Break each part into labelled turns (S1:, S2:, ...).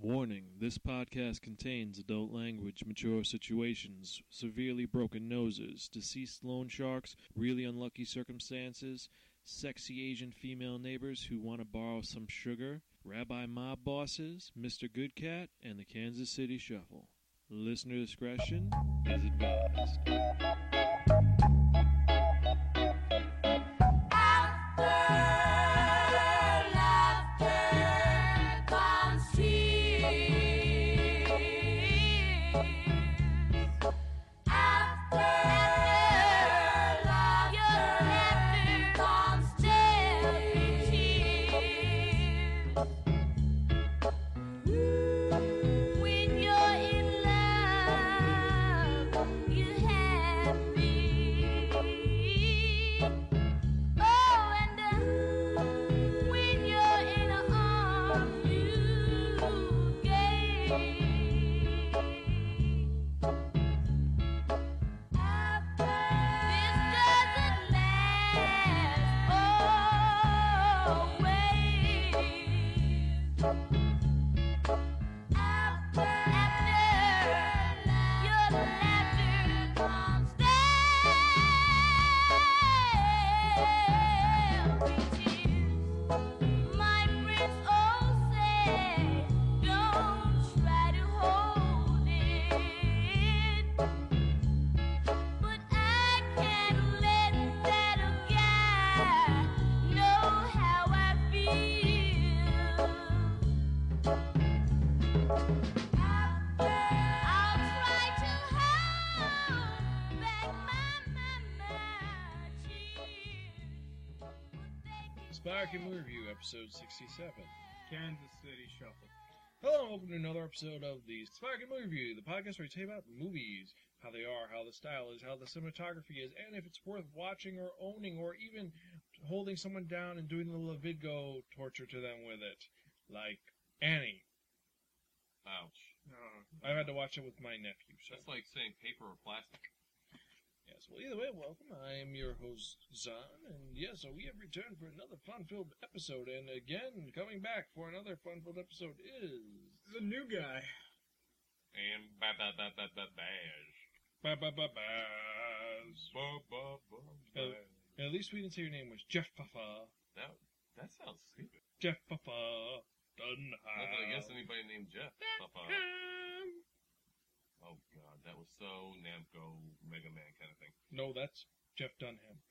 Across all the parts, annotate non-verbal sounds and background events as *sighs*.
S1: Warning this podcast contains adult language, mature situations, severely broken noses, deceased loan sharks, really unlucky circumstances, sexy Asian female neighbors who want to borrow some sugar, rabbi mob bosses, Mr. Good Cat, and the Kansas City Shuffle. Listener discretion is advised.
S2: Laughter comes tears. After laughter comes tears. When you're in love, you're happy. Oh, and then when you're in a arm, you gay. This doesn't last always. After your laughter comes tears. My friends all say, don't try to hold it, but I can't let that guy know how I feel. I'll try to hold back my tears.
S1: Spark and Review, episode 67.
S3: Kansas City Shuffle.
S1: Hello, and welcome to another episode of the Spark and Movie Review, the podcast where we talk about movies, how they are, how the style is, how the cinematography is, and if it's worth watching or owning, or even holding someone down and doing the Levidgo torture to them with it, like Annie. Ouch!
S3: No,
S1: I've had to watch it with my nephew. So
S4: That's like saying paper or plastic.
S1: yes. Well, either way, welcome. I am your host Zahn, and yeah, so we have returned for another fun-filled episode, and again coming back for another fun-filled episode is.
S3: the new guy.
S4: And ba ba ba ba ba bash.
S1: Ba, ba, ba,
S4: Baz. Ba ba ba bash.
S1: At least we didn't say your name was Jeff Puffa.
S4: That, that sounds stupid.
S1: Jeff Puffa. Dunham.
S4: Not that I guess anybody named Jeff. Papa. Oh god, that was so Namco Mega Man kind of thing.
S1: No, that's Jeff Dunham.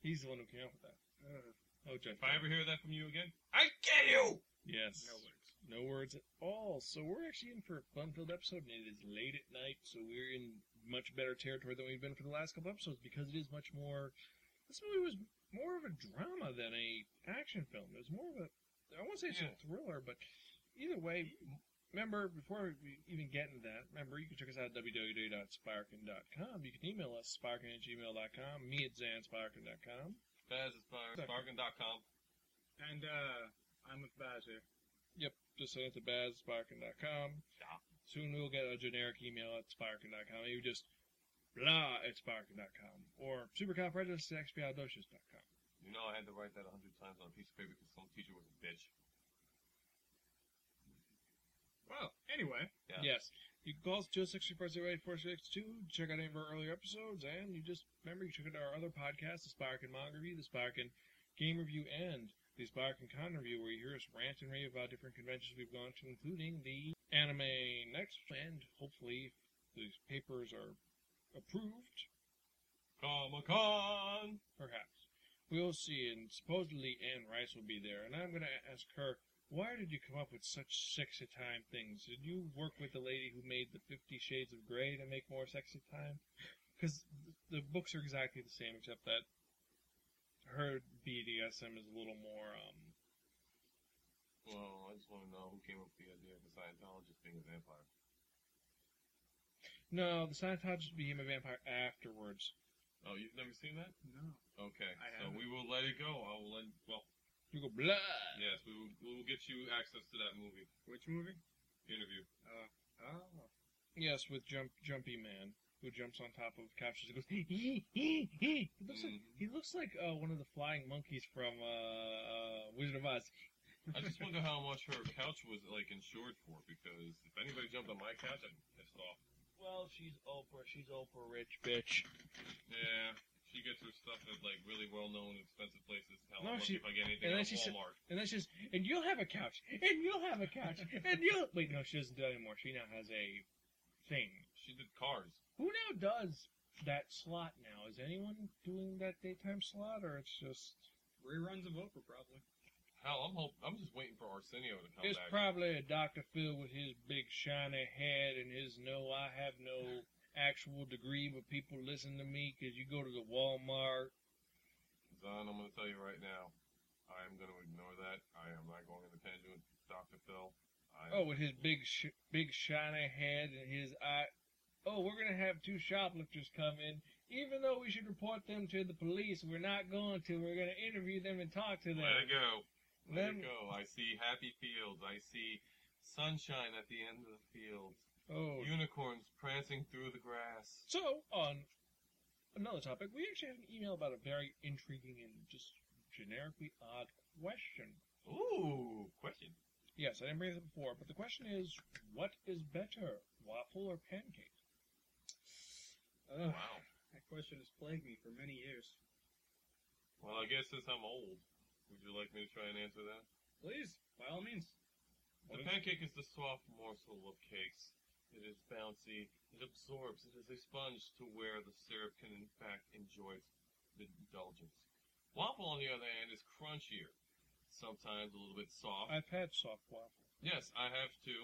S1: He's the one who came up with that.
S3: Uh,
S1: Oh, Jeff.
S4: If I ever hear that from you again, I get you!
S1: Yes.
S3: no words.
S1: No words at all. So we're actually in for a fun-filled episode, and it is late at night, so we're in much better territory than we've been for the last couple episodes because it is much more. This movie was more of a drama than a action film. It was more of a. I won't say it's
S4: Yeah.
S1: a thriller, but either way, m- remember before we even get into that, remember you can check us out at www.sparkin.com. You can email us sparkin at gmail.com, me at zansparkin.com.
S4: Baz is fire. Bargain.com.
S3: And uh, I'm with Baz here.
S1: Yep, just send it to bazsparkin.com.
S4: Yeah.
S1: Soon we'll get a generic email at sparkin.com. Maybe just blah at sparkin.com or supercalifragilisticexpialidocious.com.
S4: You know I had to write that a hundred times on a piece of paper because some teacher was a bitch.
S3: Well, anyway,
S4: Yeah.
S1: Yes. You can call us oh 264 check out any of our earlier episodes, and you just remember you can check out our other podcasts, the Sparkin Manga Review, the Sparkin Game Review, and the Sparkin Con Review, where you hear us rant and rave about different conventions we've gone to, including the Anime Next, and hopefully if these papers are approved,
S4: Comic Con!
S1: Perhaps. We'll see, and supposedly Anne Rice will be there, and I'm going to ask her, why did you come up with such sexy time things? Did you work with the lady who made the Fifty Shades of Grey to make more sexy time? Because the books are exactly the same, except that her BDSM is a little more, um,
S4: Well, I just want to know who came up with the idea of a Scientologist being a vampire.
S1: no, the Scientologist became a vampire afterwards.
S4: Oh, you've never seen that?
S3: no.
S4: Okay,
S3: I
S4: so
S3: haven't.
S4: we will let it go. I will let, well,
S1: You go, blah!
S4: Yes, we will, we will get you access to that movie
S3: Which movie?
S4: interview.
S5: Uh,
S3: Oh,
S1: Yes, with Jump Jumpy Man, who jumps on top of couches and goes, he, he, he. He
S5: Mm-hmm.
S1: looks like,
S4: Mhm.
S1: he looks like uh, one of the flying monkeys from uh, uh, Wizard of Oz.
S4: I
S1: *laughs*
S4: just wonder how much her couch was like insured for because if anybody jumped on my couch, I'd be pissed off.
S1: Well, she's Oprah. She's Oprah rich bitch.
S4: Yeah, she gets her stuff at like really well-known, expensive places. Hell,
S1: No,
S4: I'm
S1: she-
S4: lucky if I get anything
S1: and then
S4: at
S1: she said-
S4: Walmart.
S1: And then she's, and you'll have a couch. And you'll have a couch. And you'll. *laughs* Wait, no, she doesn't do that anymore. She now has a thing.
S4: She did cars.
S1: Who now does that slot now? Is anyone doing that daytime slot, or it's just.
S5: Reruns of Oprah, probably.
S4: Hell, I'm hope I'm just waiting for Arsenio to come
S1: It's
S4: back.
S1: probably a Dr. Phil with his big shiny head and his no, I have no actual degree, but people listen to me because you go to the Walmart.
S4: Zahn, I'm going to tell you right now, I am going to ignore that. I am not going on a tangent with Dr. Phil. I
S1: Oh, with his big, sh- big shiny head and his eye. Oh, we're gonna have two shoplifters come in. Even though we should report them to the police, we're not going to. We're gonna interview them and talk to them.
S4: let it go. Let
S1: Then-
S4: it go. I see happy fields. I see sunshine at the end of the fields.
S1: Oh,
S4: Unicorns prancing through the grass.
S1: So, on another topic, we actually have an email about a very intriguing and just generically odd question.
S4: Ooh, question.
S1: Yes, I didn't bring this up before, but the question is, what is better, waffle or pancake?
S5: Ugh,
S4: Wow.
S5: that question has plagued me for many years.
S4: Well, I guess since I'm old, would you like me to try and answer that?
S5: Please, by all means.
S4: The pancake is the soft morsel of cakes. It is bouncy. It absorbs. It is a sponge to where the syrup can, in fact, enjoy its indulgence. Waffle, on the other hand, is crunchier. Sometimes a little bit soft.
S1: I've had soft waffle.
S4: yes, I have too.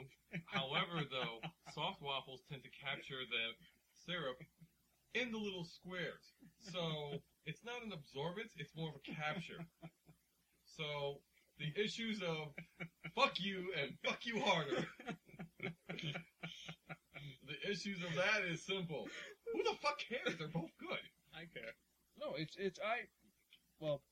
S4: However, though, soft waffles tend to capture the syrup in the little squares. So it's not an absorbance, it's more of a capture. So the issues of fuck you and fuck you harder. the issues of that is simple. Who the fuck cares? They're both good.
S5: I care.
S1: No, it's, it's, I, well,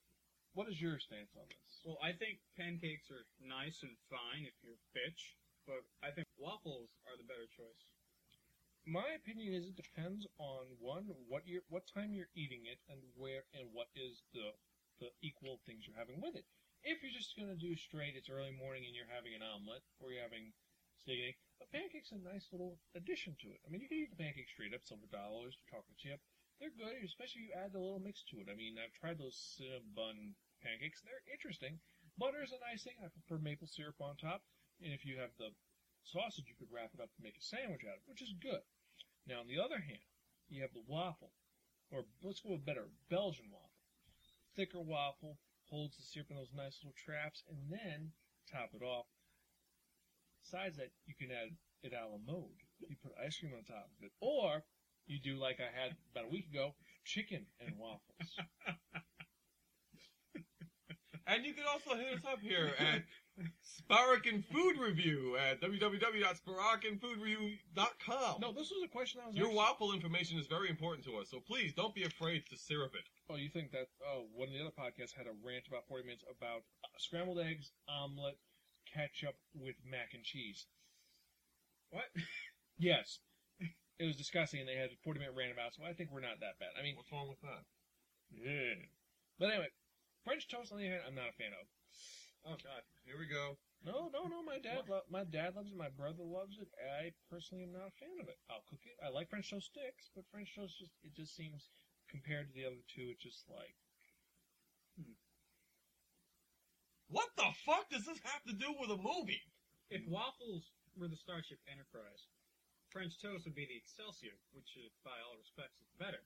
S1: what is your stance on this?
S5: Well, I think pancakes are nice and fine if you're bitch, but I think waffles are the better choice.
S1: My opinion is it depends on one, what you're, what time you're eating it, and where, and what is the, the equal things you're having with it. If you're just gonna do straight, it's early morning and you're having an omelet, or you're having steak and egg, a pancake's a nice little addition to it. I mean, you can eat the pancake straight up, some for dollars, chocolate chip. They're good, especially if you add the little mix to it. I mean, I've tried those cinnamon pancakes. They're interesting. Butter's a nice thing. I prefer maple syrup on top. And if you have the sausage, you could wrap it up and make a sandwich out of it, which is good. Now, on the other hand, you have the waffle, or let's go with better, Belgian waffle. Thicker waffle holds the syrup in those nice little traps, and then top it off. Besides that, you can add it a la mode. You put ice cream on top of it, or you do like I had about a week ago, chicken and
S5: *laughs*
S1: waffles.
S4: And you can also hit us up here at Sparakin Food Review at www.sparakinfoodreview.com.
S1: no, this was a question I was.
S4: Your
S1: actually-
S4: waffle information is very important to us, so please don't be afraid to syrup it.
S1: Oh, you think that? Oh, one of the other podcasts had a rant about forty minutes about uh, scrambled eggs, omelet, ketchup with mac and cheese.
S5: What?
S1: *laughs* Yes. It was disgusting, and they had a 40 minute rant about it, so I think we're not that bad. I mean,
S4: What's wrong with that?
S1: yeah. But anyway, French toast on the other hand, I'm not a fan of.
S5: Oh, God.
S4: Here we go.
S1: No, no, no. My dad, lo- my dad loves it. My brother loves it. I personally am not a fan of it. I'll cook it. I like French toast sticks, but French toast just it just seems compared to the other two, it's just like
S4: What the fuck does this have to do with a movie?
S5: If waffles were the Starship Enterprise, French toast would be the Excelsior, which, is, by all respects, is better,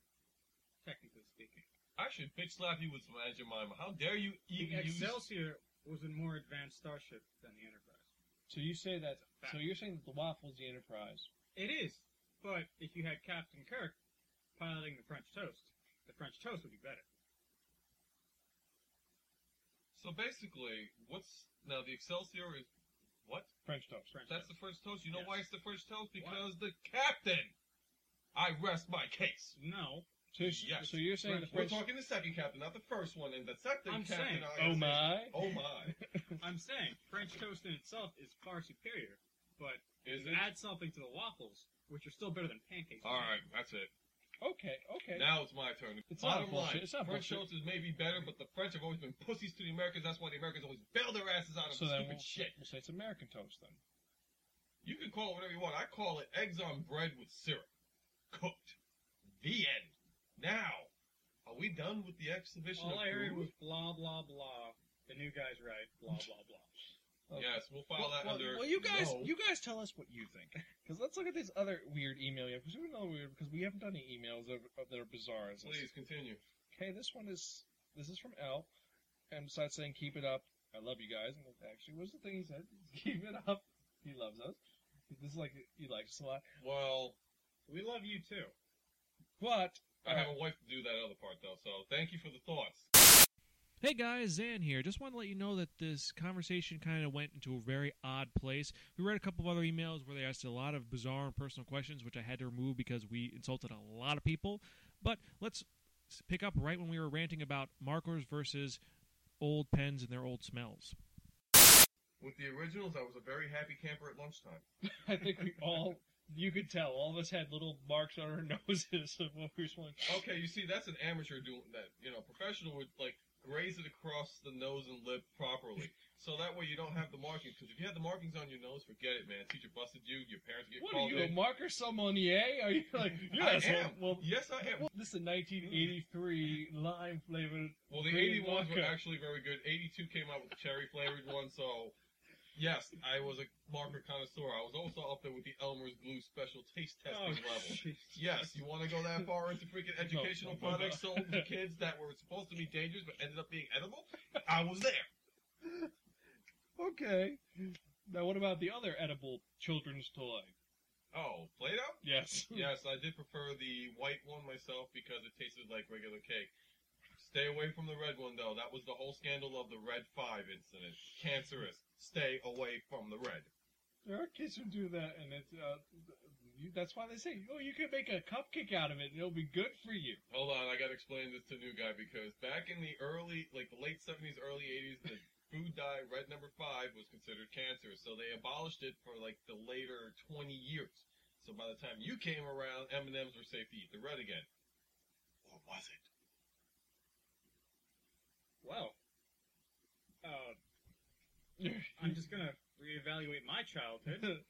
S5: technically speaking.
S4: I should bitch slap you with some Aunt Jemima. How dare you
S5: The
S4: even use...
S5: Excelsior was a more advanced starship than the Enterprise.
S1: so. You say that.
S5: Fact.
S1: So you're saying that the waffles the enterprise.
S5: It is, but if you had Captain Kirk piloting the French toast, the French toast would be better.
S4: So basically, what's... Now, the Excelsior is... What?
S1: French toast.
S5: French
S4: That's the
S5: toast.
S4: first toast. You know
S5: Yes.
S4: why it's the first toast? Because the captain! I rest my case.
S5: No,
S1: So, you're-
S4: Yes.
S1: so you're saying the
S4: We're
S1: French.
S4: talking the second captain, not the first one, and the second
S5: I'm
S4: captain.
S5: saying-
S4: I gotta
S1: oh
S4: say-
S1: my!
S4: Oh my!
S5: I'm saying French toast in itself is far superior, but
S4: Is it?
S5: add something to the waffles, which are still better than pancakes.
S4: All right, that's it.
S1: Okay, okay.
S4: Now it's my turn.
S1: It's
S4: Bottom
S1: not bullshit.
S4: line,
S1: It's not
S4: French
S1: bullshit.
S4: toasters may be better, but the French have always been pussies to the Americans. That's why the Americans always bail their asses out of
S1: so then
S4: stupid
S1: we'll,
S4: shit.
S1: we'll say it's American toast then.
S4: You can call it whatever you want. I call it eggs on bread with syrup. Cooked. The end. Now, are we done with the exhibition
S5: All
S4: of
S5: I heard
S4: food?
S5: was blah blah blah. The new guy's right. Blah blah blah.
S4: Yes, we'll file
S1: uh, Well,
S4: that
S1: well,
S4: under.
S1: well, you guys,
S4: no.
S1: you guys tell us what you think. *laughs* Because let's look at these other weird email. Because we another weird because we haven't done any emails that are, that are bizarre. as this.
S4: Please continue.
S1: Okay, this one is this is from L, and besides saying keep it up, I love you guys. And that actually was the thing he said. *laughs* Keep it up. He loves us. This is like he likes us a lot.
S4: Well,
S5: We love you too.
S1: But uh,
S4: I have a wife to do that other part though, so thank you for the thoughts.
S6: Hey guys, Zan here. Just want to let you know that this conversation kind of went into a very odd place. We read a couple of other emails where they asked a lot of bizarre and personal questions, which I had to remove because we insulted a lot of people. But let's s- pick up right when we were ranting about markers versus old pens and their old smells.
S4: With the originals, I was a very happy camper at lunchtime.
S1: I think we all you could tell all of us had little marks on our *laughs* noses of what we were smelling.
S4: Okay, you see, that's an amateur doing that. You know, professional would like graze it across the nose and lip properly, so that way you don't have the markings. Because if you had the markings on your nose, forget it, man. Teacher busted you. Your parents get
S1: What are
S4: called
S1: you, a
S4: in.
S1: marker sommelier? E Are you like yes?
S4: *laughs* I am.
S1: Well,
S4: yes, I am.
S1: well, this is a 1983 lime flavored.
S4: Well, the
S1: Green
S4: 80 ones were
S1: vodka.
S4: actually very good. 82 came out with the cherry flavored one, so yes, I was a marker connoisseur. I was also up there with the Elmer's Glue special taste testing level. Yes, you want to go that far into freaking
S1: Oh, no,
S4: educational
S1: no.
S4: products sold to kids that were supposed to be dangerous but ended up being edible? I was there.
S1: *laughs* Okay. Now, what about the other edible children's toy?
S4: Oh, Play-Doh?
S1: Yes.
S4: Yes, I did prefer the white one myself because it tasted like regular cake. Stay away from the red one though. That was the whole scandal of the Red 5 incident. Cancerous. Stay away from the red.
S1: There are kids who do that, and it's uh, you, that's why they say, "Oh, you could make a cupcake out of it, and it'll be good for you."
S4: Hold on, I gotta explain this to a new guy because back in the early, like the late 70s, early 80s, the food dye red number five was considered cancer, so they abolished it for like the later 20 years. So by the time you came around, M&Ms were safe to eat the red again. Or was it?
S5: Well, uh, I'm just gonna reevaluate my childhood.
S1: *laughs*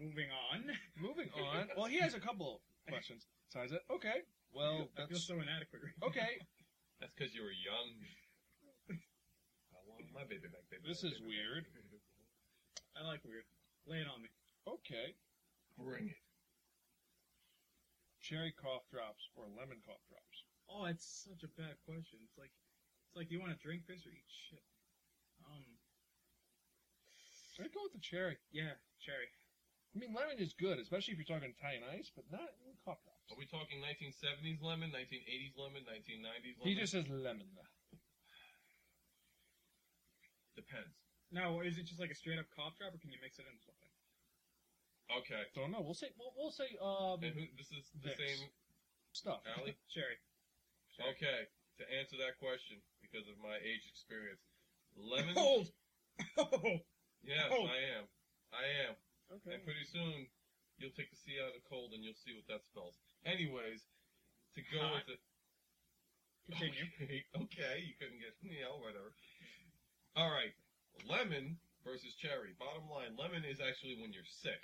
S5: Moving on.
S1: Moving
S5: *laughs*
S1: on. Well, he has a couple of questions. Size it. Okay. Well,
S5: I feel
S1: that's
S5: so inadequate. right now.
S1: okay.
S4: That's because you were young.
S1: *laughs*
S4: I want my baby back, baby.
S1: This
S4: back,
S1: is
S4: baby
S1: weird.
S4: back.
S5: I like weird. Lay it on me.
S1: Okay.
S4: Bring it.
S1: Cherry cough drops or lemon cough drops.
S5: Oh, it's such a bad question. It's like, it's like, do you want to drink this or eat shit? Um,
S1: I go with the cherry.
S5: yeah, cherry.
S1: I mean, lemon is good, especially if you're talking Italian ice, but not in cough
S4: Are
S1: drops.
S4: we talking 1970s lemon, 1980s lemon, 1990s lemon?
S1: He just says lemon.
S4: depends.
S5: Now, is it just like a straight up cough drop, or can you mix it in with something?
S4: Okay.
S1: Don't know. We'll say. We'll, we'll say. Um,
S4: And who, this is
S1: Vicks.
S4: the same
S1: stuff.
S4: alley.
S5: *laughs* Cherry.
S4: Okay, to answer that question, because of my age experience, lemon.
S1: Oh.
S5: Cold.
S1: *laughs*
S5: *laughs*
S4: Yes,
S5: Cold.
S4: I am. I am.
S1: Okay.
S4: And pretty soon, you'll take the sea out of cold, and you'll see what that spells. Anyways, to go
S5: Hot.
S4: with it.
S5: Continue.
S4: Okay, *laughs* okay, you couldn't get you know whatever. All right, lemon versus cherry. Bottom line, lemon is actually when you're sick.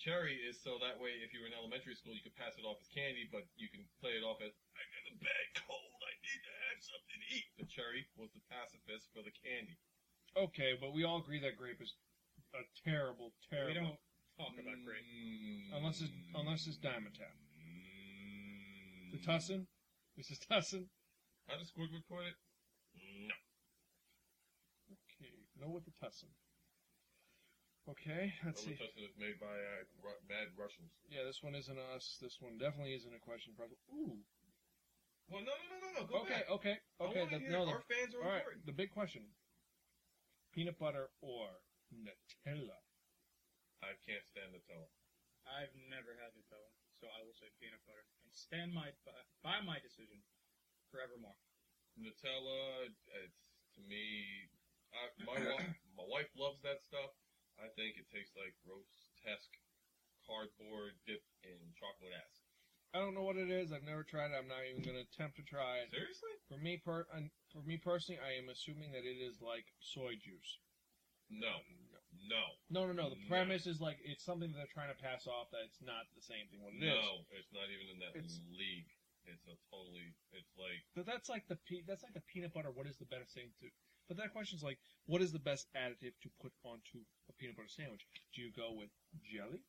S4: Cherry is so that way if you were in elementary school you could pass it off as candy, but you can play it off as I got a bad cold, I need to have something to eat. The cherry was the pacifist for the candy.
S1: Okay, but we all agree that grape is a terrible, terrible.
S5: We don't talk about grape.
S4: Mm.
S1: Unless it's unless it's diamond tap. The Tussin, this is Tussin.
S4: Mm. How does Squidward put it? No.
S1: Okay, no with the Tussin. Okay, let's see.
S4: Robitussin is made by uh, Ru- mad Russians.
S1: Yeah, this one isn't us. This one definitely isn't a question. Probably. Ooh.
S4: Well, no, no, no, no, no. Go
S1: Okay,
S4: back.
S1: okay,
S4: I
S1: okay.
S4: wanna
S1: The,
S4: hear
S1: no,
S4: it.
S1: the,
S4: our fans are
S1: all right.
S4: important.
S1: The big question: peanut butter or Nutella?
S4: I can't stand the tone.
S5: I've never had Nutella, so I will say peanut butter and stand my by my decision forevermore.
S4: Nutella, it's to me. I, my
S1: *coughs*
S4: wife, my wife loves that stuff. I think it tastes like grotesque cardboard dipped in chocolate ass.
S1: I don't know what it is. I've never tried it. I'm not even going to attempt to try it.
S4: Seriously?
S1: For me, per un- for me personally, I am assuming that it is like soy juice.
S4: No, no,
S1: No, no, no. The
S4: No.
S1: premise is like it's something that they're trying to pass off that it's not the same thing. What it is.
S4: no. It's not even in that
S1: It's-
S4: league. It's a totally. It's like
S1: But that's like the pe- that's like the peanut butter. What is the best thing to? But that question's like, what is the best additive to put onto a peanut butter sandwich? Do you go with jelly,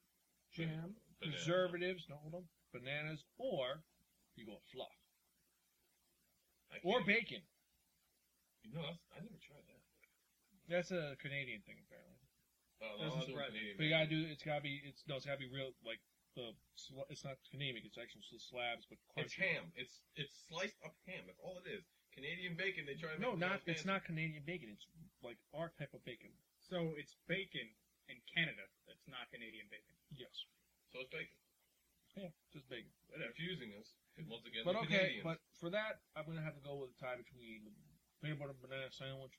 S1: jam,
S4: Banana.
S1: preservatives? No, hold on, bananas, or you go with fluff
S4: I
S1: or
S4: can't-
S1: bacon.
S4: No, that's, I never tried that.
S1: That's a Canadian thing apparently.
S4: Oh,
S1: That's
S4: no, I'll do
S5: surprising.
S4: Canadian
S1: But you gotta
S4: bacon.
S1: do. It's gotta be. It's no. It's gotta be real. Like the. sl- It's not Canadian. It's actually the slabs, but
S4: It's
S1: crunchy.
S4: ham. It's it's sliced up ham. That's all it is. Canadian bacon. They try to
S1: No,
S4: make
S1: not.
S4: themselves
S1: It's not Canadian bacon. It's like our type of bacon.
S5: So it's bacon in Canada that's not Canadian bacon.
S1: Yes.
S4: fancy. So it's bacon.
S1: Yeah. Just bacon.
S4: They're confusing us. And Once again,
S1: But
S4: the
S1: okay,
S4: Canadians.
S1: but for that, I'm gonna have to go with a tie between the peanut butter banana sandwich.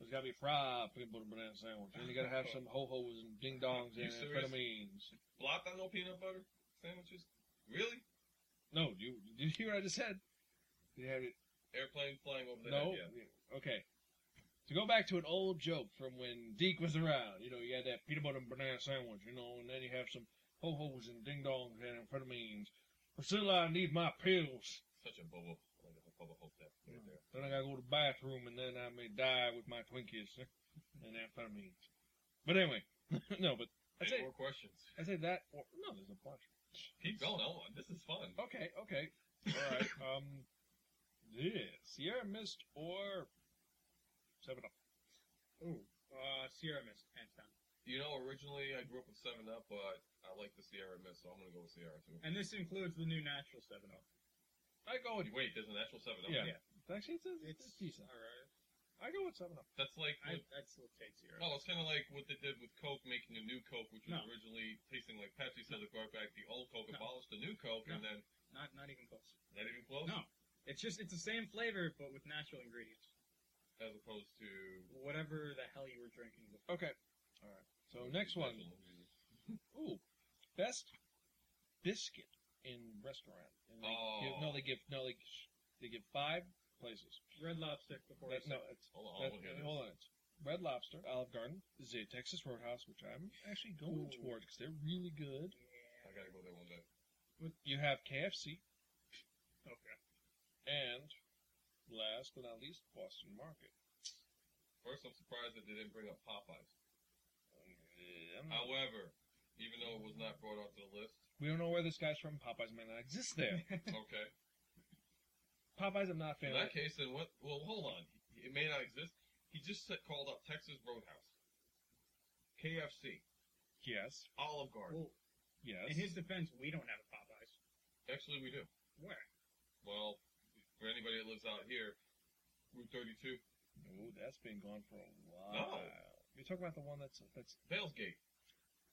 S1: There's gotta be a fried peanut butter banana sandwich, and you gotta
S4: *laughs*
S1: have some ho hos and ding dongs
S4: You
S1: and
S4: serious?
S1: amphetamines.
S4: Blotano peanut butter sandwiches. Really?
S1: No, you did you hear what I just said? You had it.
S4: Airplane flying over the
S1: No.
S4: head.
S1: Okay. To go back to an old joke from when Deke was around, you know, you had that peanut butter and banana sandwich, you know, and then you have some ho hos and ding dongs and amphetamines. Priscilla, I need my pills.
S4: Yeah. Such a bubble. Oh Like a bubble hope that right there.
S1: Then I gotta go to the bathroom, and then I may die with my Twinkies *laughs* and amphetamines. But anyway, *laughs* no, but I
S4: Any
S1: say
S4: more questions?
S1: I say that. Or, no, there's a bunch.
S4: Keep going. I want- This is fun.
S1: Okay, okay, all right. *laughs* Um, yeah, Sierra Mist or Seven Up.
S5: Ooh, uh, Sierra Mist, hands down.
S4: You know, originally I grew up with Seven Up, but I like the Sierra Mist, so I'm gonna go with Sierra too.
S5: And this includes the new natural oh. 7 Up.
S1: I go with
S4: Wait, there's an actual Seven Up.
S1: yeah. Actually, it's, it's,
S5: It's
S1: decent.
S5: Alright.
S1: I go with Seven Up.
S4: That's like
S5: I,
S4: what
S5: I'd still take Sierra.
S4: No, it's kind of like what they did with Coke, making a new Coke, which was
S5: No.
S4: originally tasting like Pepsi, so they brought back the old Coke,
S5: No.
S4: abolished the new Coke, and then
S5: Not, not even close.
S4: not even close.
S5: No. It's just, it's the same flavor, but with natural ingredients.
S4: As opposed to
S5: Whatever the hell you were drinking before.
S1: Okay, all right. So next one.
S4: Natural.
S1: Ooh, best biscuit in restaurant. And they give, no, they give no, they they give five places.
S5: Red Lobster before
S1: That- no, it's
S4: Hold
S5: Oh,
S4: on, I
S1: That,
S4: wanna hear
S1: uh,
S4: this.
S1: hold on. It's Red Lobster, Olive Garden, is a Texas Roadhouse, which I'm actually going
S5: Ooh.
S1: toward because they're really good.
S4: I gotta go there one day.
S1: You have KFC,
S5: Okay.
S1: and last but not least, Boston Market.
S4: First, I'm surprised that they didn't bring up Popeyes.
S1: Uh, I'm not-
S4: However, even though it was not brought onto the
S1: *laughs*
S4: list,
S1: we don't know where this guy's from. Popeyes may not exist
S5: *laughs*
S1: there.
S4: okay.
S1: Popeyes, I'm not a fan.
S4: In
S1: of.
S4: that case, then what? Well, hold on. It may not exist. He just said, called up Texas Roadhouse, KFC,
S1: Yes,
S4: Olive Garden.
S5: Well,
S1: yes.
S5: in his defense, we don't have a Popeyes.
S4: Actually, we do.
S5: Where?
S4: Well, for anybody that lives out here, Route 32,
S1: Ooh, that's been gone for a while.
S4: No.
S1: You're talking about the one that's that's
S4: Valesgate,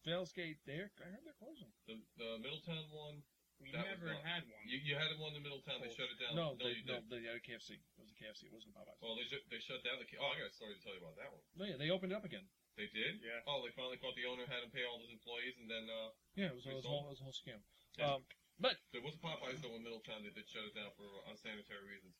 S1: Valesgate there. I heard they're closing.
S4: the, the Middletown one.
S5: We
S4: That was
S5: never
S4: not-
S5: had one.
S4: You, you had one in the Middletown. Oh, They shut it down.
S1: Oh, No, they,
S4: you
S1: no, uh,
S4: didn't.
S1: they had a KFC. It was a KFC. It wasn't a Popeyes.
S4: Well, they, ju- they shut down the. K- Oh, I got a story to tell you about that one.
S1: No, yeah, they opened it up again.
S4: They did.
S5: Yeah.
S4: Oh, they finally caught the owner, had him pay all his employees, and then uh,
S1: Yeah, it was, it
S4: We
S1: was, a
S4: sold
S1: whole, it was a whole scam.
S4: Yeah.
S1: Um, but
S4: there was a Popeyes though in Middletown. They did shut it down for unsanitary reasons.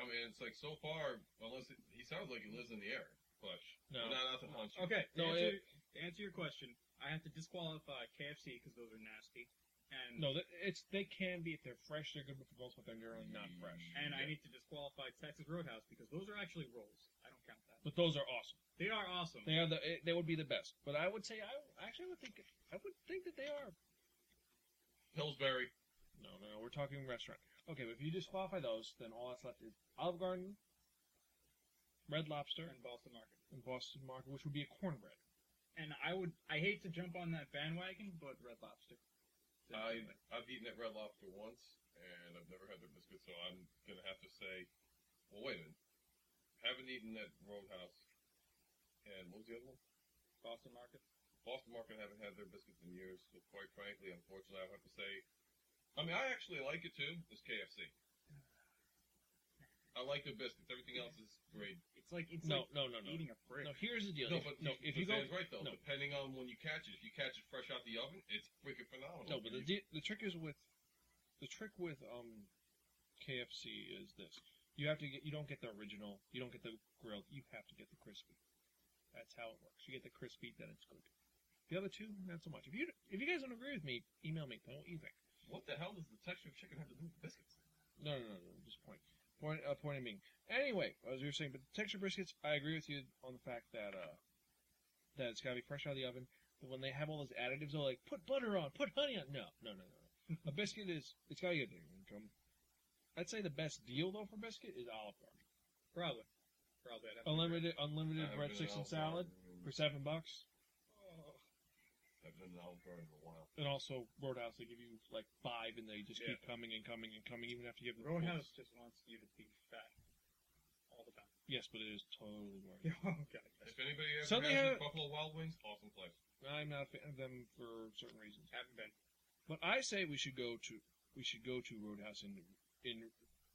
S4: I mean, it's like so far, unless it, he sounds like he lives in the area, but
S1: No. Uh,
S4: we're not out to hunt you.
S5: Okay, to,
S1: No,
S5: answer, to answer your question, I have to disqualify KFC because those are nasty, and
S1: no, th- it's they can be if they're fresh, they're good with the both, but they're generally not fresh.
S5: and I
S4: Yeah.
S5: need to disqualify Texas Roadhouse because those are actually rolls. I don't count that.
S1: But those are awesome.
S5: They are awesome.
S1: They are the eh, they would be the best. But I would say I actually would think I would think that they are.
S4: Pillsbury.
S1: No, no, no, we're talking restaurant. Okay, but if you disqualify those, then all that's left is Olive Garden, Red Lobster,
S5: and Boston Market.
S1: and Boston Market, which would be a cornbread.
S5: And I would, I hate to jump on that bandwagon, but Red Lobster.
S1: Uh,
S4: I, I've eaten at Red Lobster once, and I've never had their biscuit, so I'm going to have to say, well, wait a minute. Haven't eaten at Roadhouse, and what was the other one?
S5: Boston Market.
S4: Boston Market haven't had their biscuits in years, so quite frankly, unfortunately, I would have to say, I mean, I actually like it too, is KFC. I like the biscuits. Everything else is great.
S5: It's like it's
S1: No,
S5: like
S1: no, no, no.
S5: eating a brick.
S1: No, here's the deal.
S4: No,
S1: if,
S4: but
S1: no, if you go,
S4: Sam's right though.
S1: no.
S4: Depending on when you catch it, if you catch it fresh out the oven, it's freaking phenomenal.
S1: no, but the,
S4: You-
S1: de- the trick is with the trick with um KFC is this: you have to get you don't get the original, you don't get the grilled, you have to get the crispy. That's how it works. You get the crispy, then it's good. The other two, not so much. If you if you guys don't agree with me, email me. Tell me what you think.
S4: what the hell does the texture of chicken have to do with biscuits?
S1: No, no, no, no. Just point. Point. Uh, point I mean. Anyway, as you were saying, but the texture briskets, I agree with you on the fact that uh, that it's got to be fresh out of the oven. But when they have all those additives, they're like, put butter on, put honey on. No, no, no, no. a biscuit is it's got to get there. Come. I'd say the best deal though for biscuit is Olive Garden.
S5: Probably. Probably. I'd have to
S1: Unlimited, unlimited
S4: I haven't
S1: breadsticks
S4: been to
S1: and salad
S4: Olive Garden.
S1: for seven bucks,
S5: Oh,
S4: I've been in Olive Garden for a while.
S1: and also Roadhouse they give you like five, and they just
S5: Yeah.
S1: keep coming and coming and coming, even after you give them.
S5: Roadhouse
S1: four.
S5: just wants you to be fat all the time. *laughs*
S1: Yes, but it is totally worth. it.
S5: oh god.
S4: If anybody ever
S1: So they
S4: has
S1: have-
S4: the Buffalo Wild Wings, awesome place.
S1: I'm not a fan of them for certain reasons.
S5: Haven't been.
S1: But I say we should go to we should go to Roadhouse and in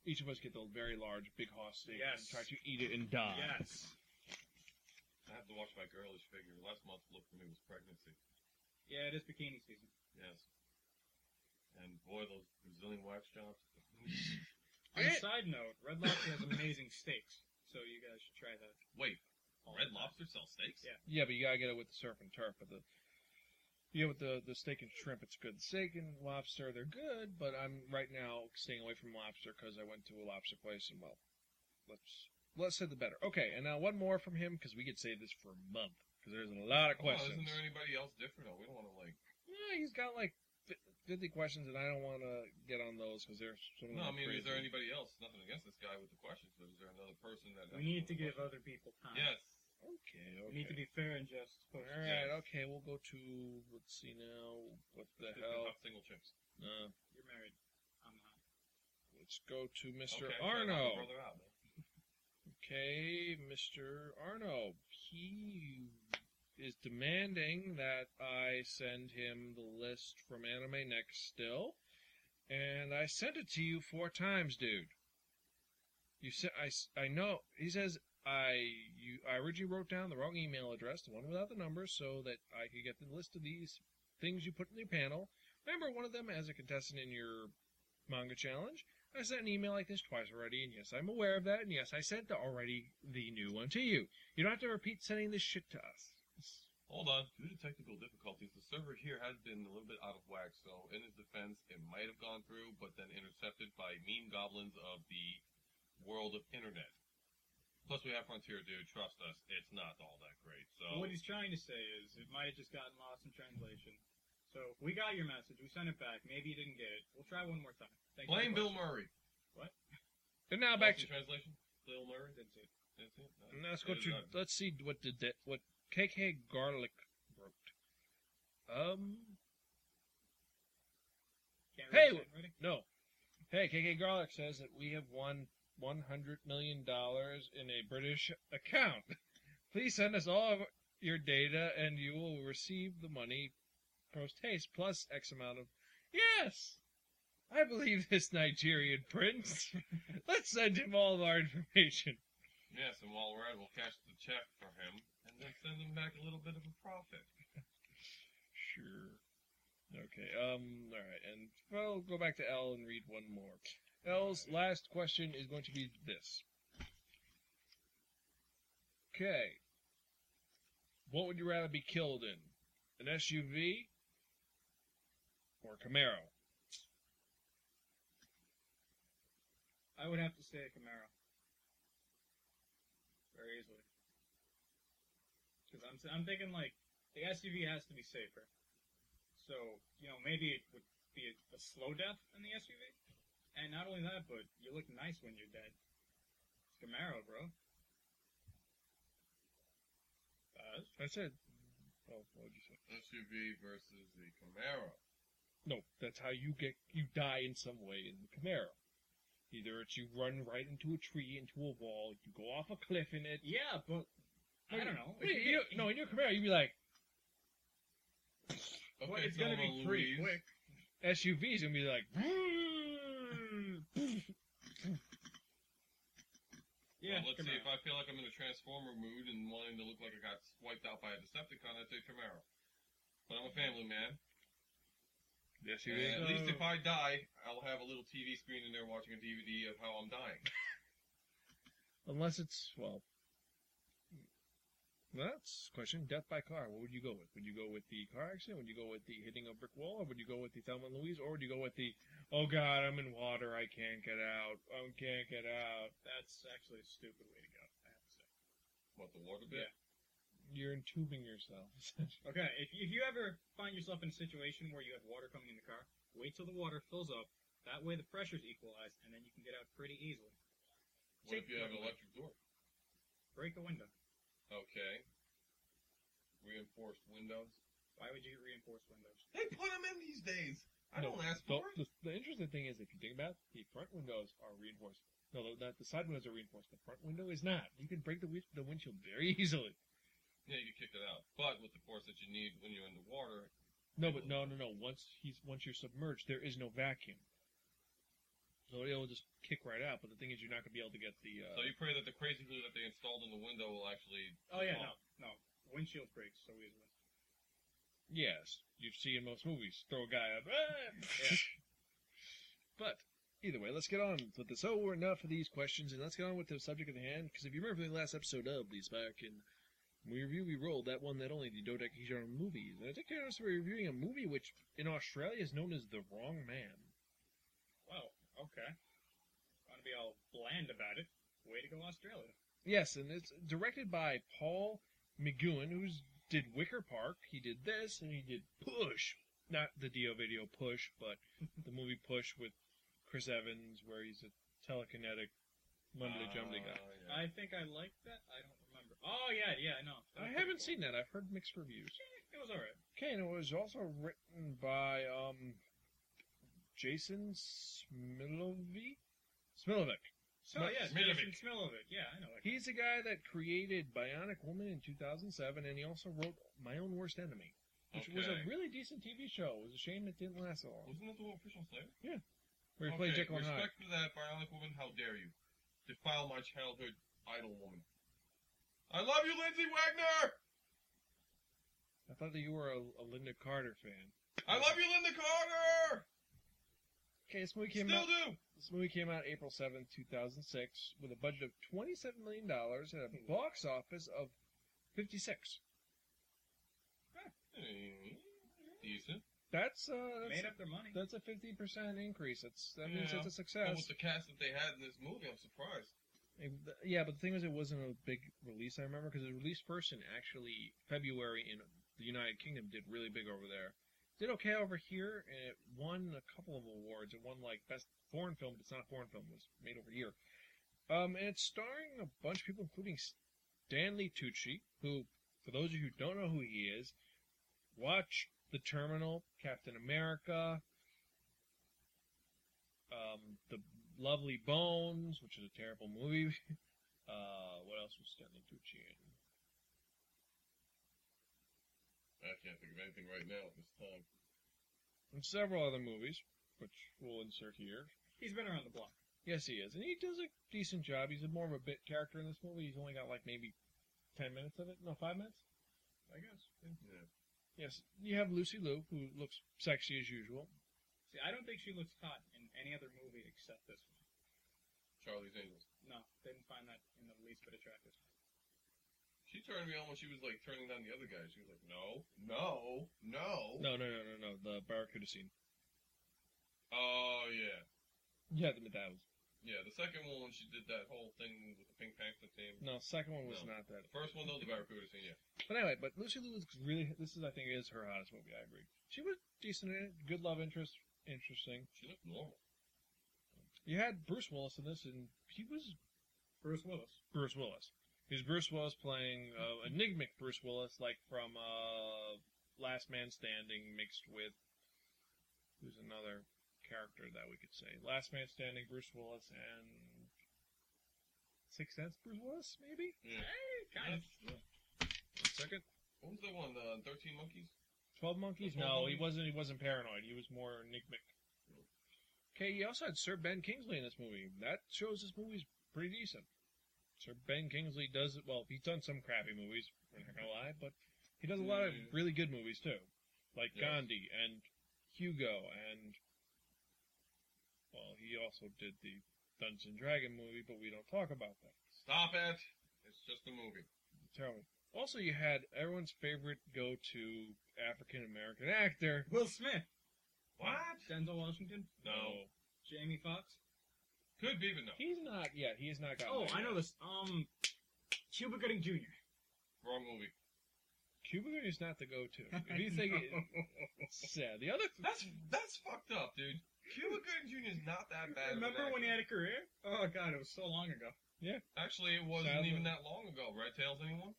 S1: each of us get the very large big hoss steak and
S5: Yes.
S1: try to eat it and die.
S5: Yes.
S4: I have to watch my girlish figure. Last month looked for me was pregnancy.
S5: Yeah, it is bikini season.
S4: Yes. And boy, those Brazilian wax jobs.
S5: On
S1: Eh.
S5: a side note, Red Lobster has amazing steaks, so you guys should try that.
S4: Wait,
S5: all
S4: Red
S5: the time.
S4: Lobster sells steaks?
S5: Yeah.
S1: Yeah, but you gotta get it with the surf and turf. But the yeah, with the the steak and shrimp, it's good. Steak and lobster, they're good, but I'm right now staying away from lobster because I went to a lobster place and well, let's let's say the better. Okay, and now one more from him because we could save this for a month because there's a lot of
S4: Come on,
S1: questions.
S4: isn't there anybody else different? though? we don't want to like.
S1: Yeah, he's got like fi- 50 questions, and I don't want to get on those because there's some. of
S4: No,
S1: them
S4: I mean,
S1: crazy.
S4: is there anybody else? Nothing against this guy with the questions, but is there another person that?
S5: We need to give other people time.
S4: Yes.
S1: Okay, okay.
S5: We need to be fair and just.
S1: All
S5: post-
S1: right, okay. We'll go to let's see now. What the hell?
S4: Hot single chimps.
S1: Uh,
S5: You're married. I'm not.
S1: let's go to Mr.
S4: Okay, so I knocked
S1: Arno.
S4: my brother out.
S1: Okay, Mr. Arno. He is demanding that I send him the list from Anime Next still, and I sent it to you four times, dude. You said I, s- I know. He says I you I originally wrote down the wrong email address, the one without the numbers, so that I could get the list of these things you put in your panel. Remember one of them as a contestant in your manga challenge? I sent an email like this twice already, and yes, I'm aware of that, and yes, I sent the already the new one to you. You don't have to repeat sending this shit to us.
S4: Hold on. Due to technical difficulties, the server here has been a little bit out of whack. So, in his defense, it might have gone through, but then intercepted by mean goblins of the world of internet. Plus, we have Frontier, dude. Trust us, it's not all that great. So,
S5: What he's trying to say is it might have just gotten lost in translation. So we got your message. We sent it back. Maybe you didn't get it. We'll try one more time. Thanks
S4: blame
S5: for the
S4: Bill Murray.
S1: And now back to
S4: Lost in translation. Bill Murray.
S5: question. Didn't see
S4: That's
S5: it.
S4: it. No.
S1: And let's go
S4: It is
S1: to
S4: not-
S1: let's see what did that what KK Garlic wrote. Um,
S5: Can't
S1: Hey,
S5: read it. Ready?
S1: no. Hey, KK Garlic says that we have won one hundred million dollars in a British account. *laughs* Please send us all of your data, and you will receive the money post haste plus X amount of. Yes, I believe this Nigerian prince. *laughs* let's send him all of our information.
S4: Yes, and while we're at it, we'll cash the check for him and then send him back a little bit of a
S1: *laughs*
S4: profit.
S1: Sure. Okay. Um. All right. And well, go back to L and read one more. L's last question is going to be this. Okay. What would you rather be killed in, an SUV or a Camaro?
S5: I would have to say a Camaro. Very easily. Because I'm, I'm thinking, like, the SUV has to be safer. So, you know, maybe it would be a, a slow death in the SUV. And not only that, but you look nice when you're dead. It's Camaro, bro. Buzz?
S1: That's it. Oh, what would you say?
S4: SUV versus the Camaro.
S1: No, that's how you get you die in some way in the Camaro. Either it's you run right into a tree, into a wall, you go off a cliff in it,
S5: Yeah, but I don't know.
S1: Wait,
S5: If
S1: you
S5: you
S1: know- no,
S5: *laughs*
S1: in your Camaro, you'd be like,
S5: Well, it's gonna be
S4: Thelma
S5: pretty
S4: Louise.
S5: quick.
S1: "Hmm, SUV's gonna be like,
S5: Yeah,
S4: well, let's
S5: come
S4: see
S5: on.
S4: if I feel like I'm in a Transformer mood and wanting to look like I got wiped out by a Decepticon, I'd say Camaro. But I'm a family man.
S1: Yes,
S4: And at least if I die, I'll have a little TV screen in there watching a DVD of how I'm dying.
S1: Unless it's well, well, that's the question. Death by car. What would you go with? Would you go with the car accident? Would you go with the hitting a brick wall? Or would you go with the Thelma and Louise? Or would you go with the Oh God, I'm in water. I can't get out. I can't get out.
S5: That's actually a stupid way to go. I have to say.
S4: What, the water bit?
S1: You're entubing yourself.
S5: Okay, if if you ever find yourself in a situation where you have water coming in the car, wait till the water fills up. That way the pressure's equalized, and then you can get out pretty easily.
S4: What if you have an
S5: Never mind.
S4: electric door?
S5: Break a window.
S4: Okay. Reinforced windows.
S5: Why would you get reinforced windows?
S4: They put them in these days. I
S1: No,
S4: don't ask
S1: the,
S4: for it.
S1: the, the interesting thing is, if you think about it, the front windows are reinforced. No, the, that- the side windows are reinforced. The front window is not. You can break the, wi- the windshield very easily.
S4: Yeah, you kicked it out. But with the force that you need when you're underwater,
S1: No, but no, no, no. Once he's once you're submerged, there is no vacuum, so it'll just kick right out. But the thing is, you're not going to be able to get the. Uh,
S4: so you pray that the crazy glue that they installed in the window will actually.
S5: Oh yeah, no,
S4: dissolve.
S5: no. Windshield breaks so easily.
S1: yes, you see in most movies, throw a guy up. "Ah!"
S5: Yeah.
S1: *laughs* but either way, let's get on with this. Oh, we're enough of these questions, and let's get on with the subject of the hand. Because if you remember from the last episode of the Spark and we review, we rolled that one that only the dodecahedron movies. And I think I noticed we're reviewing a movie which in Australia is known as The Wrong Man.
S5: Wow. Okay. Want to be all bland about it? Way to go, Australia.
S1: Yes, and it's directed by Paul McGowan, who's did Wicker Park. He did this, and he did Push. Not the Dio video Push, but the movie Push with Chris Evans, where he's a telekinetic mumbly jumbly guy.
S4: Ah, yeah.
S5: I think I liked that. I don't remember. Oh yeah, yeah, I know.
S1: I
S5: That was
S1: haven't
S5: pretty
S1: seen that. I've heard mixed reviews.
S5: cool. It was alright.
S1: Okay, and it was also written by um, Jason Smilovic. Smilovic.
S5: So
S1: Smil-
S5: Oh, yeah,
S4: Smilovic.
S5: Jason Smilovic. Yeah, I know that. guy.
S1: He's the guy that created Bionic Woman in 2007, and he also wrote My Own Worst Enemy, which was a
S4: Okay.
S1: really decent TV show. It was a shame it didn't last that long.
S4: Wasn't that the one official Slayer?
S1: Where he played Jekyll and Hyde.
S4: Respect for that, Bionic Woman. How dare you defile my childhood idol woman? I love you, Lindsay Wagner.
S1: I thought that you were a, a Linda Carter fan.
S4: I love you, Linda Carter.
S1: Okay, this movie came
S4: Still
S1: out.
S4: do.
S1: This movie came out April 7th, 2006, with a budget of 27 million dollars and a box office of 56.
S4: Eh, Decent.
S1: That's uh,
S5: made
S1: that's,
S5: up their money.
S1: that's a 50 percent increase. That's that means
S4: Yeah.
S1: it's a
S4: But
S1: success.
S4: with the cast that they had in this movie, I'm surprised.
S1: It- th- Yeah, but the thing was, it wasn't a big release. I remember because it was released first in actually February in the United Kingdom. Did really big over there. Did okay over here, and it won a couple of awards. It won like best foreign film, but it's not a foreign film. It was made over here. Um, and it's starring a bunch of people, including Stanley Tucci, who, for those of you who don't know who he is, watch The Terminal, Captain America, um, The Lovely Bones, which is a terrible movie. *laughs* Uh, what else was Stanley Tucci in?
S4: I can't think of anything right now at this time.
S1: And several other movies, which we'll insert here.
S5: He's been around the block.
S1: Yes, he is, and he does a decent job. He's a more of a bit character in this movie. He's only got like maybe ten minutes of it. No, five minutes.
S5: I guess.
S4: Yeah.
S1: Yes, you have Lucy Liu, who looks sexy as usual.
S5: See, I don't think she looks hot in any other movie except this one.
S4: Charlie's Angels.
S5: No, didn't find that in the least bit attractive.
S4: She turned me on when she was like turning down the other guy. She was like, no, no, no.
S1: No, no, no, no, no. The Barracuda scene.
S4: Oh, yeah.
S1: Yeah, the that was
S4: Yeah, the second one, she did that whole thing with the Pink Panther team.
S1: no. Second one was
S4: No.
S1: not that.
S4: The first one, though, the Barracuda scene, yeah.
S1: But anyway, but Lucy Liu is really. This is, I think, is her hottest movie. I agree. She was decent in it. Good love interest. Interesting.
S4: She looked normal.
S1: You had Bruce Willis in this, and he was
S5: Bruce Willis.
S1: Bruce Willis. He's Bruce Willis playing uh, enigmatic Bruce Willis, like from uh, Last Man Standing, mixed with who's another character that we could say Last Man Standing, Bruce Willis, and Sixth Sense, Bruce Willis, maybe.
S4: Yeah.
S5: Kind of.
S1: One second,
S4: What was that one? The Thirteen Monkeys.
S1: Twelve Monkeys.
S4: 12
S1: no, he
S4: Monkeys?
S1: wasn't. He wasn't paranoid. He was more enigmatic. Okay, you also had Sir Ben Kingsley in this movie. That shows this movie's pretty decent. Sir Ben Kingsley does well. He's done some crappy movies. We're not gonna lie, but he does a lot of
S4: Mhm.
S1: really good movies too, like
S4: Yes.
S1: Gandhi and Hugo and. Well, he also did the Dungeons and Dragon movie, but we don't talk about that.
S4: Stop it! It's just a movie.
S1: Terrible. Also, you had everyone's favorite go-to African American actor.
S5: Will Smith.
S4: What?
S5: Denzel Washington.
S4: No.
S5: Jamie Foxx.
S4: Could be, but no.
S1: He's not yet. He has not gotten.
S5: Oh,
S1: there
S5: I know
S1: yet.
S5: this. Um, Cuba Gooding
S4: *laughs*
S5: Jr.
S4: Wrong movie.
S1: Cuba Gooding is not the
S5: *laughs*
S1: go-to. If you think it's sad, the other
S4: That's that's fucked up, dude. Cuba Gooding Jr. is not that bad. of an
S5: Remember when he
S4: actor.
S5: had a career? Oh god, it was so long ago.
S4: Actually, it wasn't
S1: Sadly.
S4: even that long ago. Red Tails, anyone?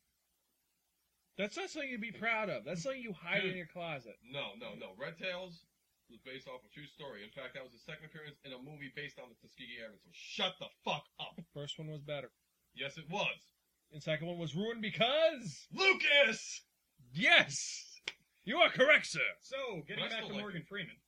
S1: that's not something you'd be proud of. That's something you hide in your closet.
S4: No, no, no. Red Tails was based off a true story. In fact, that was his second appearance in a movie based on the Tuskegee Airmen. So shut the fuck up.
S1: First one was better.
S4: Yes, it was.
S1: And second one was ruined because
S4: Lucas.
S1: yes, you are correct, sir.
S5: So, getting
S4: I
S5: back
S4: still
S5: to
S4: like
S5: Morgan Freeman.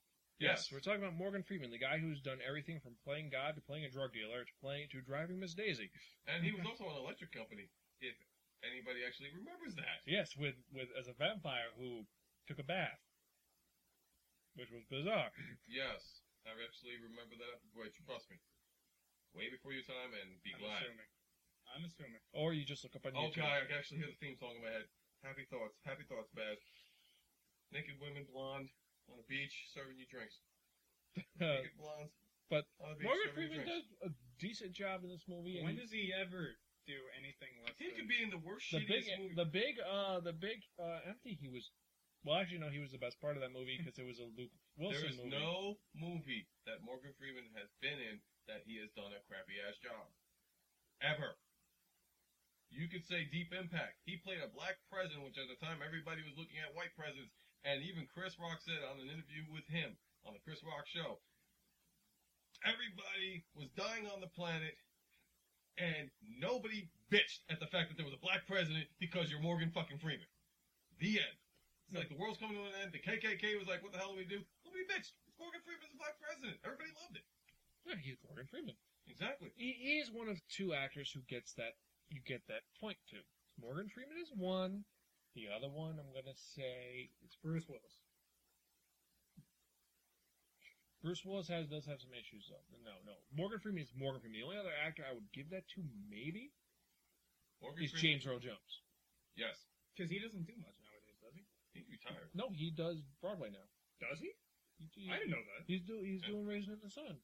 S1: Yes, we're talking about Morgan Freeman, the guy who's done everything from playing God to playing a drug dealer to playing to driving Miss Daisy.
S4: And
S5: *laughs*
S4: he was also on Electric Company. If anybody actually remembers that.
S1: Yes, with with as a vampire who took a bath, which was bizarre.
S4: Yes, I actually remember that. Wait, trust me. Way before your time, and be
S5: I'm
S4: glad.
S5: assuming. I'm assuming.
S1: Or you just look up on YouTube.
S4: Okay, I can actually hear the theme song in my head. Happy thoughts, happy thoughts, bad. Naked women, blonde, on the beach, serving you drinks.
S1: Uh,
S4: Naked blondes.
S1: but
S4: on the beach,
S1: Morgan
S4: serving you
S1: Freeman does
S4: drinks.
S1: a decent job in this movie. and he-
S5: When does he ever do anything less
S4: He
S5: than...
S4: could be in the worst
S1: the big,
S4: shittiest movie.
S1: the big, uh, the big uh, empty. He was. Well, actually, no. He was the best part of that movie because it was a Luke Wilson
S4: there is
S1: movie.
S4: no movie that Morgan Freeman has been in that he has done a crappy ass job. Ever. You could say Deep Impact. He played a black president, which at the time everybody was looking at white presidents, and even Chris Rock said on an interview with him on the Chris Rock show, everybody was dying on the planet, and nobody bitched at the fact that there was a black president because you're Morgan fucking Freeman. The end. It's like the world's coming to an end. The KKK was like, "What the hell do we do?" Nobody bitched. It's Morgan Freeman's the black president. Everybody loved it.
S1: Yeah, he's Morgan Freeman.
S4: Exactly.
S1: He, he is one of two actors who gets that. You get that point to. Morgan Freeman is one. The other one, I'm gonna say,
S5: It's Bruce Willis.
S1: Bruce Willis has does have some issues though. No, no. Morgan Freeman is Morgan Freeman. The only other actor I would give that to maybe is
S4: Morgan
S1: James
S4: Freeman.
S1: Earl Jones.
S4: Yes,
S5: Because he doesn't do much nowadays, does he?
S4: he's retired.
S1: No, he does Broadway now.
S5: Does he?
S1: He, he-
S5: I didn't know that.
S1: He's do, he's
S4: Yeah.
S1: doing Raising in the Sun.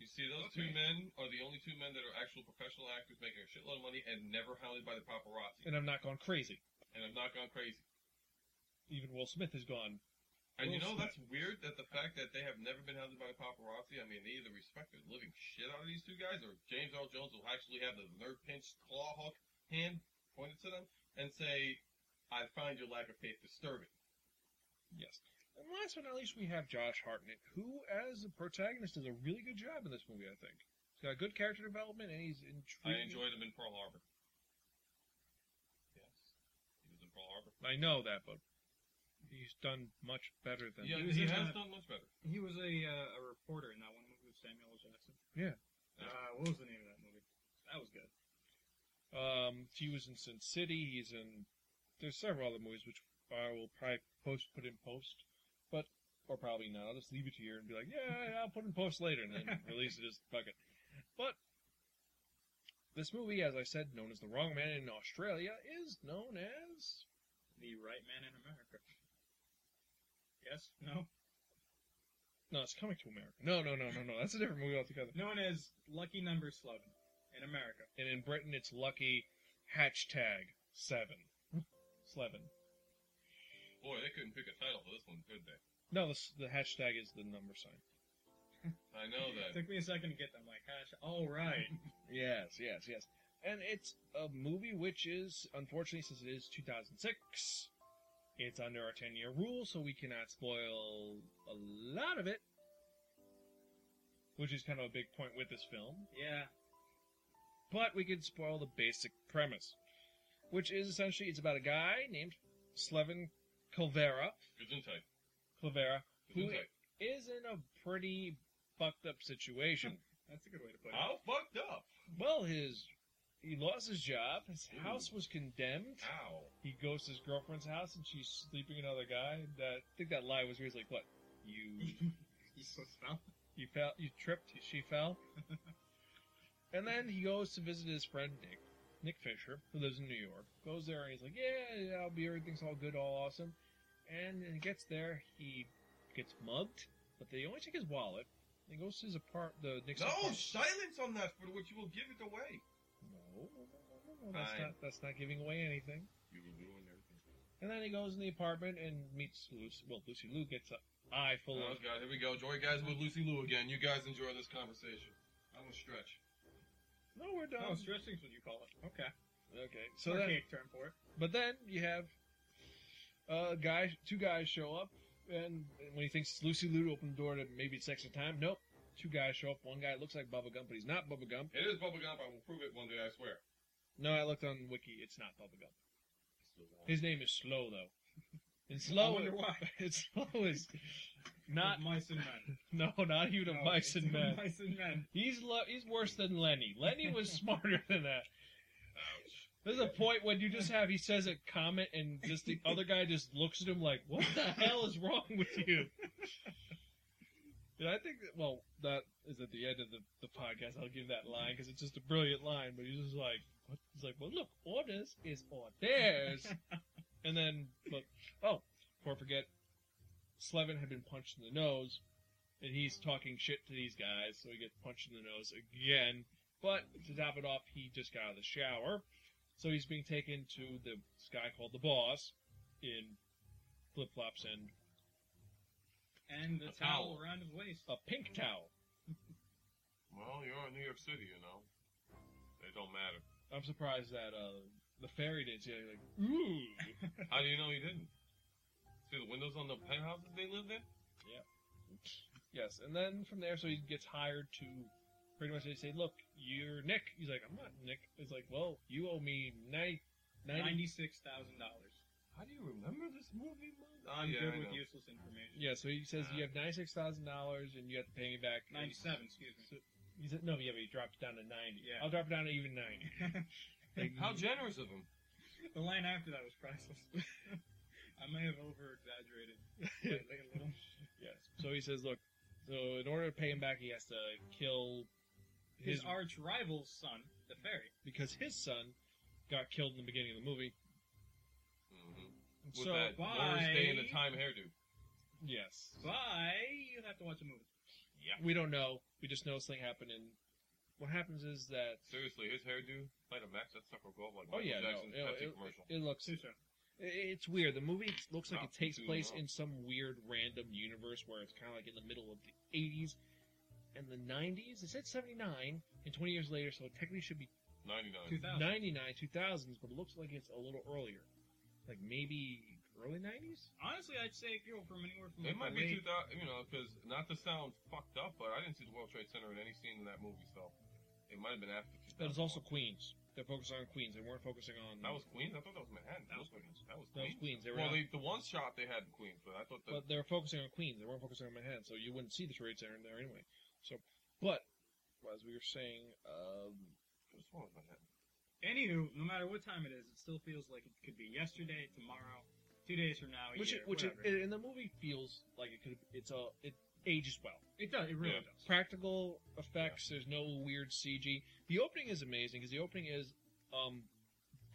S4: You see, those
S5: Okay.
S4: two men are the only two men that are actual professional actors making a shitload of money and never hounded by the paparazzi.
S1: And I'm not gone crazy.
S4: And have not gone crazy.
S1: Even Will Smith is gone.
S4: And you
S1: Will
S4: know
S1: Smith.
S4: that's weird that the fact that they have never been hounded by the paparazzi. I mean, they either respect the living shit out of these two guys, or James Earl Jones will actually have the nerve pinched claw hook hand pointed to them and say, "I find your lack of faith disturbing."
S1: Yes. And last but not least, we have Josh Hartnett, who, as the protagonist, does a really good job in this movie. I think he's got good character development, and he's
S4: I
S1: intriguing.
S4: enjoyed him in Pearl Harbor. Yes, he was in Pearl Harbor.
S1: I know that, but he's done much better than.
S4: Yeah,
S5: he
S4: he,
S5: was in
S4: has
S5: a-
S4: done much better.
S5: He was a uh, a reporter in that one movie with Samuel L. Jackson.
S1: Yeah.
S5: Uh, what was the name of that movie? That was good.
S1: Um, he was in Sin City. He's in. There's several other movies which I will probably post put in post, but or probably not. I'll just leave it here and be like, yeah, I'll put in post later, and then release it as bucket. But this movie, as I said, known as The Wrong Man in Australia, is known as
S5: The Right Man in America. Yes? No?
S1: no, it's coming to America. No, no, no, no, no. That's a different movie altogether.
S5: Known as Lucky Number 11 in America.
S1: And in Britain, it's Lucky hashtag seven, seven.
S4: Boy, they couldn't pick a title for this one, could they?
S1: No, the, s- the hashtag is the number sign.
S4: I know that.
S5: Took me a second to get them. Like, gosh, all right. *laughs*
S1: Yes, yes, yes. And it's a movie which is, unfortunately, since it is 2006, it's under our 10 year rule, so we cannot spoil a lot of it. Which is kind of a big point with this film.
S5: yeah.
S1: But we can spoil the basic premise. Which is essentially, it's about a guy named Slevin Clavera,
S4: Gesundheit.
S1: Clavera, who
S4: Gesundheit.
S1: is in a pretty fucked up situation.
S5: That's a good way to put it.
S4: How fucked up?
S1: Well, his He lost his job. His house was condemned.
S4: Ow.
S1: He goes to his girlfriend's house and she's sleeping with another guy. That, I think that lie was where he's like, "What? You
S5: you so smell?
S1: you fell? You tripped? She fell?" *laughs* and then he goes to visit his friend Nick, Nick Fisher, who lives in New York. Goes there and he's like, "Yeah, yeah, I'll be everything's all good, all awesome." And when he gets there, he gets mugged, but they only take his wallet. He goes to his apart, the Nick's
S4: No,
S1: apart-
S4: silence on that, for which you will give it away.
S1: No, no, no, no, no, that's
S4: Fine.
S1: not, that's not giving away anything.
S4: You will ruin everything.
S1: And then he goes in the apartment and meets Lucy. Well, Lucy Lou gets a eye full
S4: Oh
S1: of.
S4: god, here we go. Joy guys with Lucy Lou again. You guys enjoy this conversation. I'm gonna stretch.
S1: No, we're done.
S5: No, stretching's what you call it. Okay.
S1: okay, so then,
S5: Archaic term for it.
S1: but then you have uh, guys, two guys show up, and when he thinks it's Lucy Lou to open the door to maybe it's extra time, nope. Two guys show up. One guy looks like Bubba Gump, but he's not Bubba Gump.
S4: It is Bubba Gump. I will prove it one day, I swear.
S1: No, I looked on Wiki. It's not Bubba Gump. His name is Slow though. *laughs* And Slow.
S5: I wonder why.
S1: *laughs* It's Slow is not
S5: Of mice
S1: *laughs*
S5: and men.
S1: no, not even a
S5: No,
S1: mice
S5: it's
S1: and
S5: *laughs*
S1: men.
S5: Mice and men.
S1: He's lo- he's worse than Lenny. Lenny was smarter than that.
S4: Ouch.
S1: There's a point when you just have he says a comment and just the other guy just looks at him like, "What the hell is wrong with you?" And I think that, well, that is at the end of the, the podcast. I'll give that line because it's just a brilliant line. But he's just like, what? he's like, well, look, orders is orders, and then, but oh, before I forget, Slevin had been punched in the nose, and he's talking shit to these guys, so he gets punched in the nose again. But to top it off, he just got out of the shower, so he's being taken to the this guy called the boss in flip flops and
S5: And the
S4: A
S5: towel
S4: towel.
S5: around his waist.
S1: a pink towel.
S4: Well, you're in New York City, you know. They don't matter.
S1: I'm surprised that uh, the fairy did. Yeah, like ooh,
S4: How do you know he didn't? See the windows on the penthouses they lived in?
S1: yes. And then from there, so he gets hired to pretty much they say, "Look, you're Nick." He's like, "I'm not Nick." He's like, "Well, you owe me ni- 90
S5: Ninety-six thousand dollars.
S4: How do you remember this movie, Mom? Ah,
S5: I'm
S4: yeah,
S5: good
S4: I
S5: with
S4: know.
S5: useless information.
S1: Yeah, so he says you have ninety six thousand dollars and you have to pay me back
S5: Ninety-seven, excuse me.
S1: He said no, yeah, but he dropped it down to ninety.
S5: Yeah.
S1: I'll drop it down to even ninety. Like,
S4: How generous of him.
S5: The line after that was
S1: *laughs*
S5: priceless. I may have over exaggerated slightly a little.
S1: yes. So he says, look, so in order to pay him back, he has to kill
S5: His arch rival's son, the fairy.
S1: because his son got killed in the beginning of the movie.
S4: Mm-hmm.
S1: And
S4: With
S1: so
S4: that
S5: why-
S4: Doris Day in the time hairdo.
S1: yes,
S5: Bye. You have to watch a movie.
S4: Yeah.
S1: we don't know. We just know this thing happened, and what happens is that
S4: Seriously, his hairdo, light a match, that sucker go up like
S1: oh
S4: Michael
S1: yeah, no,
S4: Jackson's
S1: it,
S4: Pepsi
S1: it-
S4: commercial.
S1: it looks
S5: Too soon.
S1: It- It's weird. The movie it looks like
S4: Wow,
S1: it takes
S4: two in a
S1: place
S4: row.
S1: in some weird random universe where it's kind of like in the middle of the 80s and the 90s. It said 79 and 20 years later, so it technically should be
S4: 99.
S5: Two thousand.
S1: 99, 2000s, but it looks like it's a little earlier. Like maybe early 90s?
S5: Honestly, I'd say it go from anywhere from
S4: It might
S5: like
S4: be
S5: the late
S4: 2000, you know, because not to sound fucked up, but I didn't see the World Trade Center in any scene in that movie, so it might have been after.
S1: That is also
S4: 2001.
S1: Queens. They're focusing on Queens. They weren't focusing on.
S4: That was Queens. I thought that was Manhattan. That was Queens. That was
S1: That was
S4: Queens.
S1: Queens. They were
S4: Well,
S1: out-
S4: they, the one shot they had in Queens, but I thought that
S1: But they were focusing on Queens. They weren't focusing on Manhattan, so you wouldn't see the Trade Center in there anyway. So, but as we were saying, um,
S4: which one was Manhattan?
S5: Anywho, no matter what time it is, it still feels like it could be yesterday, tomorrow, two days from now, a
S1: which
S5: year,
S1: it, which it,
S5: whatever.
S1: and the movie feels like it could it's a it ages well.
S5: It does. It really
S4: Yeah.
S5: does.
S1: Practical effects. There's no weird CG. The opening is amazing because the opening is um,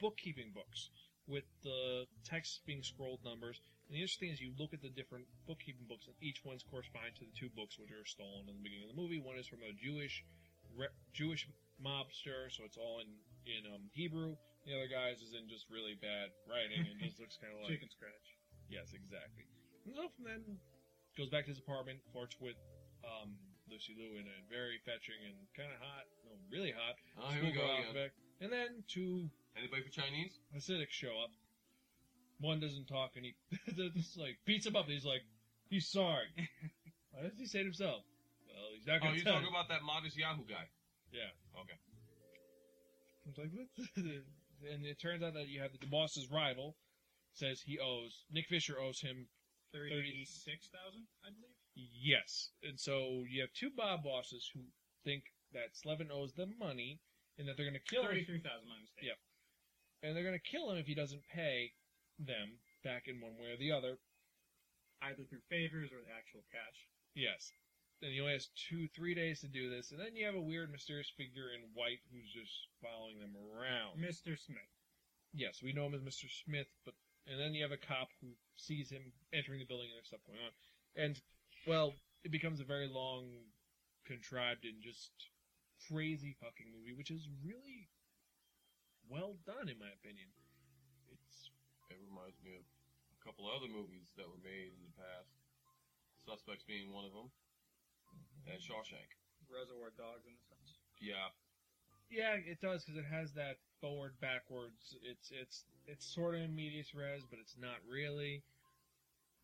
S1: bookkeeping books with the text being scrolled numbers. And the interesting thing is you look at the different bookkeeping books, and each one's corresponding to the two books which are stolen in the beginning of the movie. One is from a Jewish re- Jewish mobster, so it's all in in um, Hebrew. The other guy's is in just really bad writing and just looks
S5: *laughs*
S1: kind of like
S5: Chicken scratch.
S1: Yes, exactly. And so from then goes back to his apartment, flirts with um, Lucy Liu in a very fetching and kind of hot, no, really hot.
S4: Oh, here we
S1: schoolgirl
S4: go again.
S1: outfit. And then two
S4: Anybody for Chinese?
S1: Hasidics show up. One doesn't talk, *laughs* and he just like beats him up. And he's like, he's
S4: *laughs*
S1: sorry. Why does he say to himself? Well, he's not
S4: Oh,
S1: going to
S4: you're
S1: tell.
S4: talking about that modest Yahoo guy.
S1: Yeah.
S4: Okay.
S1: I'm like, what? *laughs* the-" and it turns out that you have the boss's rival says he owes Nick Fisher owes him
S5: Thirty-six thousand, I believe.
S1: Yes. And so you have two mob bosses who think that Slevin owes them money, and that they're going to kill him,
S5: Thirty-three thousand, my mistake.
S1: Yeah. and they're going to kill him if he doesn't pay them back in one way or the other.
S5: Either through favors or the actual cash.
S1: Yes. And he only has two, three days to do this, and then you have a weird, mysterious figure in white who's just following them around.
S5: Mr. Smith.
S1: Yes, we know him as Mr. Smith, but and then you have a cop who sees him entering the building and there's stuff going on. And well, it becomes a very long, contrived and just crazy fucking movie, which is really well done in my opinion.
S4: It's it reminds me of a couple other movies that were made in the past. Suspects being one of them, and Shawshank.
S5: Reservoir Dogs in the sense.
S4: Yeah,
S1: Yeah, it does because it has that forward backwards. It's it's it's sort of in medias res, but it's not really.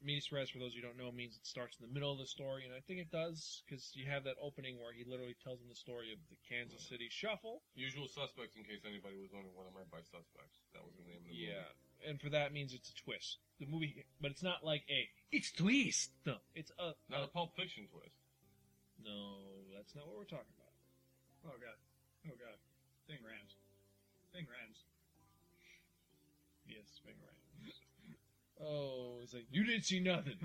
S1: Medias res, for those who don't know, means it starts in the middle of the story, and I think it does because you have that opening where he literally tells them the story of the Kansas City Shuffle.
S4: Usual Suspects. In case anybody was wondering what I meant by suspects, that was the name of the movie.
S1: Yeah, and for that means it's a twist. The movie, but it's not like a it's twist. No, it's a,
S4: Not a Pulp Fiction twist.
S1: no. That's not what we're talking about.
S5: Oh god. Oh god. Thing rams. Thing rams.
S1: Yes, Ving Oh, it's like you didn't see
S4: *laughs*
S1: nothing.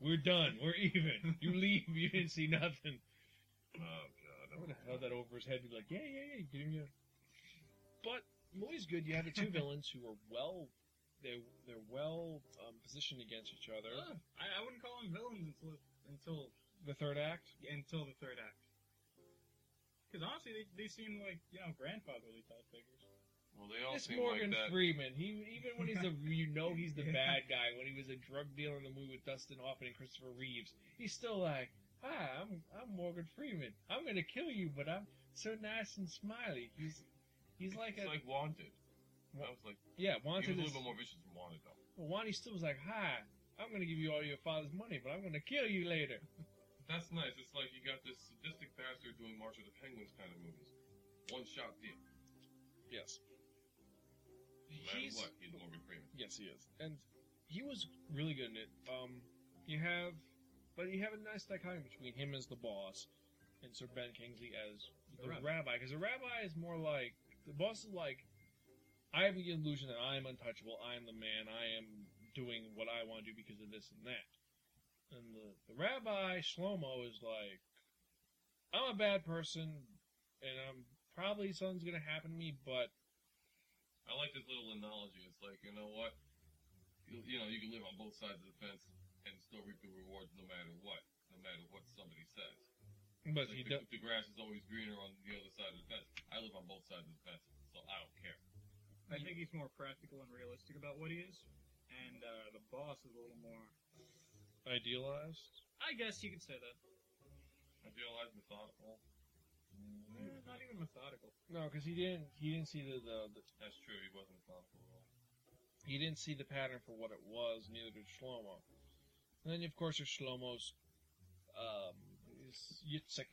S1: We're done. We're even. You leave. You didn't see nothing.
S4: Oh god,
S1: I would have held that over his head. and Be like, yeah, yeah, yeah, get him, yeah. But movie's good. You have the
S4: *laughs*
S1: two villains who are well, they they're well um, positioned against each other.
S5: Ugh. I, I wouldn't call them villains until until
S1: The third act.
S5: until the third act. Because honestly, they, they seem like you know grandfatherly type figures.
S4: Well, they all
S1: It's
S4: seem
S1: Morgan
S4: like that.
S1: Freeman. He even when he's a you know he's the
S5: Yeah.
S1: bad guy. When he was a drug dealer in the movie with Dustin Hoffman and Christopher Reeves, he's still like, "Hi, I'm I'm Morgan Freeman. I'm gonna kill you, but I'm so nice and smiley." He's he's like
S4: it's
S1: a
S4: like Wanted. I was like,
S1: yeah
S4: he
S1: wanted. is-
S4: was a little bit more vicious than Wanted though.
S1: Well, Wani still was like, "Hi, I'm gonna give you all your father's money, but I'm gonna kill you later."
S4: That's nice. It's like you got this sadistic bastard doing March of the Penguins kind of movies. One shot deal.
S1: Yes,
S4: No matter
S1: he's
S4: what, he's Morgan Freeman.
S1: yes, he is, and he was really good in it. Um, you have, but you have a nice dichotomy between him as the boss and Sir Ben Kingsley as the
S5: The rabbi.
S1: rabbi, because the rabbi is more like the boss is like, I have the illusion that I am untouchable, I am the man, I am doing what I want to do because of this and that, and the, the rabbi Shlomo is like, I'm a bad person, and I'm probably something's gonna happen to me, but
S4: I like this little analogy. It's like, you know what? You, you know, you can live on both sides of the fence and still reap the rewards no matter what, no matter what somebody says.
S1: but
S4: Like
S1: he
S4: the,
S1: does.
S4: the grass is always greener on the other side of the fence. I live on both sides of the fence, so I don't care.
S5: I think he's more practical and realistic about what he is, and uh, the boss is a little more.
S1: idealized.
S5: I guess you could say that.
S4: Idealized, methodical.
S5: Eh, not even methodical.
S1: No, because he didn't. He didn't see the, the, the
S4: That's true. He wasn't methodical at all.
S1: he didn't see the pattern for what it was. Neither did Shlomo. And then of course there's Shlomo's um, is Yitzhak,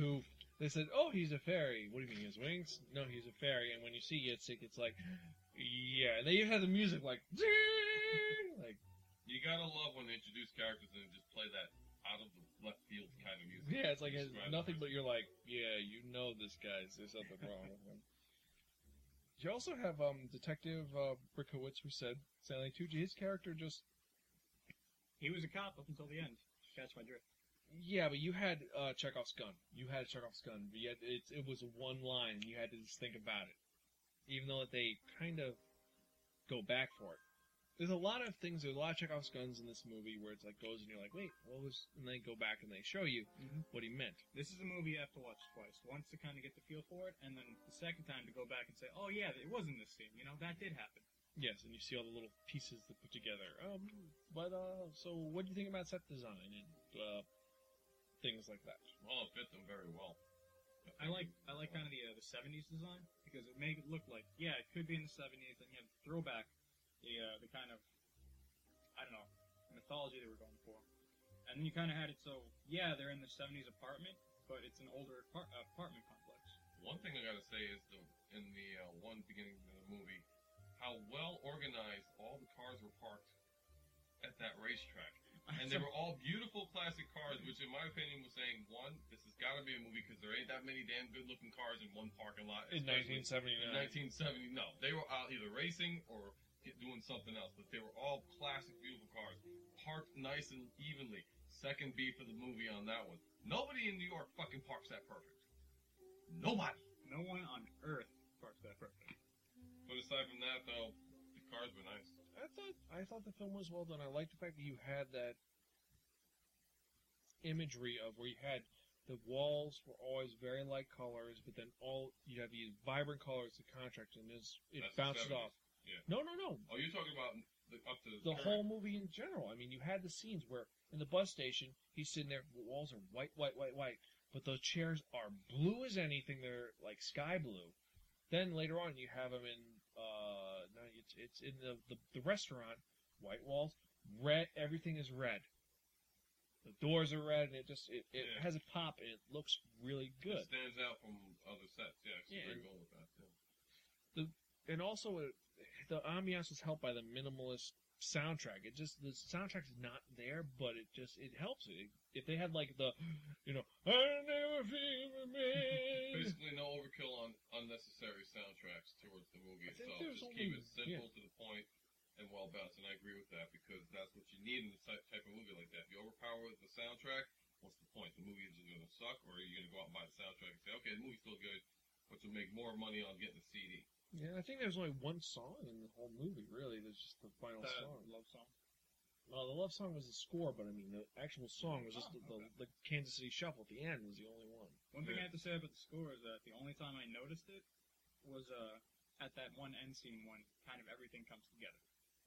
S1: who they said, "Oh, he's a fairy." What do you mean, his wings? No, he's a fairy. And when you see Yitzhak, it's like, yeah. And they even have the music like, *laughs* like
S4: You gotta love when they introduce characters and just play that out of the left field kind of music.
S1: yeah, it's like it's
S4: Describe
S1: nothing. But
S4: the
S1: you're like, yeah, you know this guy's. There's something wrong with him. You also have um, Detective uh, Brickowitz, we said Stanley Tucci. His character just
S5: He was a cop up until the end. Catch my drift.
S1: Yeah, but you had uh, Chekhov's gun. You had Chekhov's gun, but yet it, it was one line, and you had to just think about it. Even though they kind of go back for it. There's a lot of things. There's a lot of Chekhov's guns in this movie where it's like goes and you're like, wait, what was? And they go back and they show you
S5: Mhm.
S1: what he meant.
S5: This is a movie you have to watch twice. Once to kind of get the feel for it, and then the second time to go back and say, "Oh yeah, it was in this scene. You know, that did happen."
S1: Yes, and you see all the little pieces that put together. Um, but uh, so what do you think about set design and uh, things like that?
S4: Well, it fit them very well.
S5: I like I like kind of the uh, the seventies design because it made it look like yeah it could be in the seventies and you have the throwback the uh, the kind of I don't know mythology they were going for, and then you kind of had it so yeah they're in the seventies apartment but it's an older apart- apartment complex.
S4: One thing I gotta say is the in the uh, one beginning of the movie, how well organized all the cars were parked at that racetrack. and they were all beautiful classic cars, which in my opinion was saying one, this has got to be a movie because there ain't that many damn good looking cars in one parking lot.
S1: in
S4: especially
S1: 1979.
S4: in 1970, no, they were out either racing or doing something else, but they were all classic, beautiful cars, parked nice and evenly. Second B for the movie on that one. Nobody in New York fucking parks that perfect. Nobody.
S5: No one on earth parks that perfect.
S4: But aside from that, though, the cars were nice.
S1: I thought I thought the film was well done. I liked the fact that you had that imagery of where you had the walls were always very light colors, but then all you have these vibrant colors to contrast, and it's, it
S4: That's the
S1: bounces
S4: 70s,
S1: off.
S4: yeah.
S1: No, no, no.
S4: Oh, you're talking about the, up to
S1: The
S4: current.
S1: whole movie in general. I mean, you had the scenes where in the bus station he's sitting there. The walls are white, white, white, white, but those chairs are blue as anything. They're like sky blue. Then later on, you have him in uh, no, it's it's in the, the the restaurant. White walls, red. Everything is red. The doors are red, and it just it, it
S4: Yeah.
S1: has a pop, and it looks really good.
S4: It stands out from other sets. Yeah, she's
S1: Yeah,
S4: very
S1: and-
S4: good with that. Yeah.
S1: and also it, the ambiance is helped by the minimalist soundtrack. It just the soundtrack is not there, but it just it helps it. If they had like the, you know, I never feel
S5: *laughs*
S1: man.
S4: Basically, no overkill on unnecessary soundtracks towards the movie
S1: I think
S4: itself.
S1: there's
S4: Just keep
S1: only-
S4: it simple to the point and well balanced, and I agree with that because that's what you need in a type, type of movie like that. If you overpower with the soundtrack, what's the point? The movie is either going to suck, or you're going to go out and buy the soundtrack and say, okay, the movie's still good, but you'll make more money on getting the CD.
S1: Yeah, I think there's only one song in the whole movie. Really, there's just the final
S5: That
S1: song.
S5: love song.
S1: Well, the love song was the score, but I mean the actual song was just
S5: Oh,
S1: the,
S5: okay.
S1: the, the Kansas City Shuffle at the end was the only one.
S5: One thing
S4: Yeah.
S5: I have to say about the score is that the only time I noticed it was uh, at that one end scene when kind of everything comes together.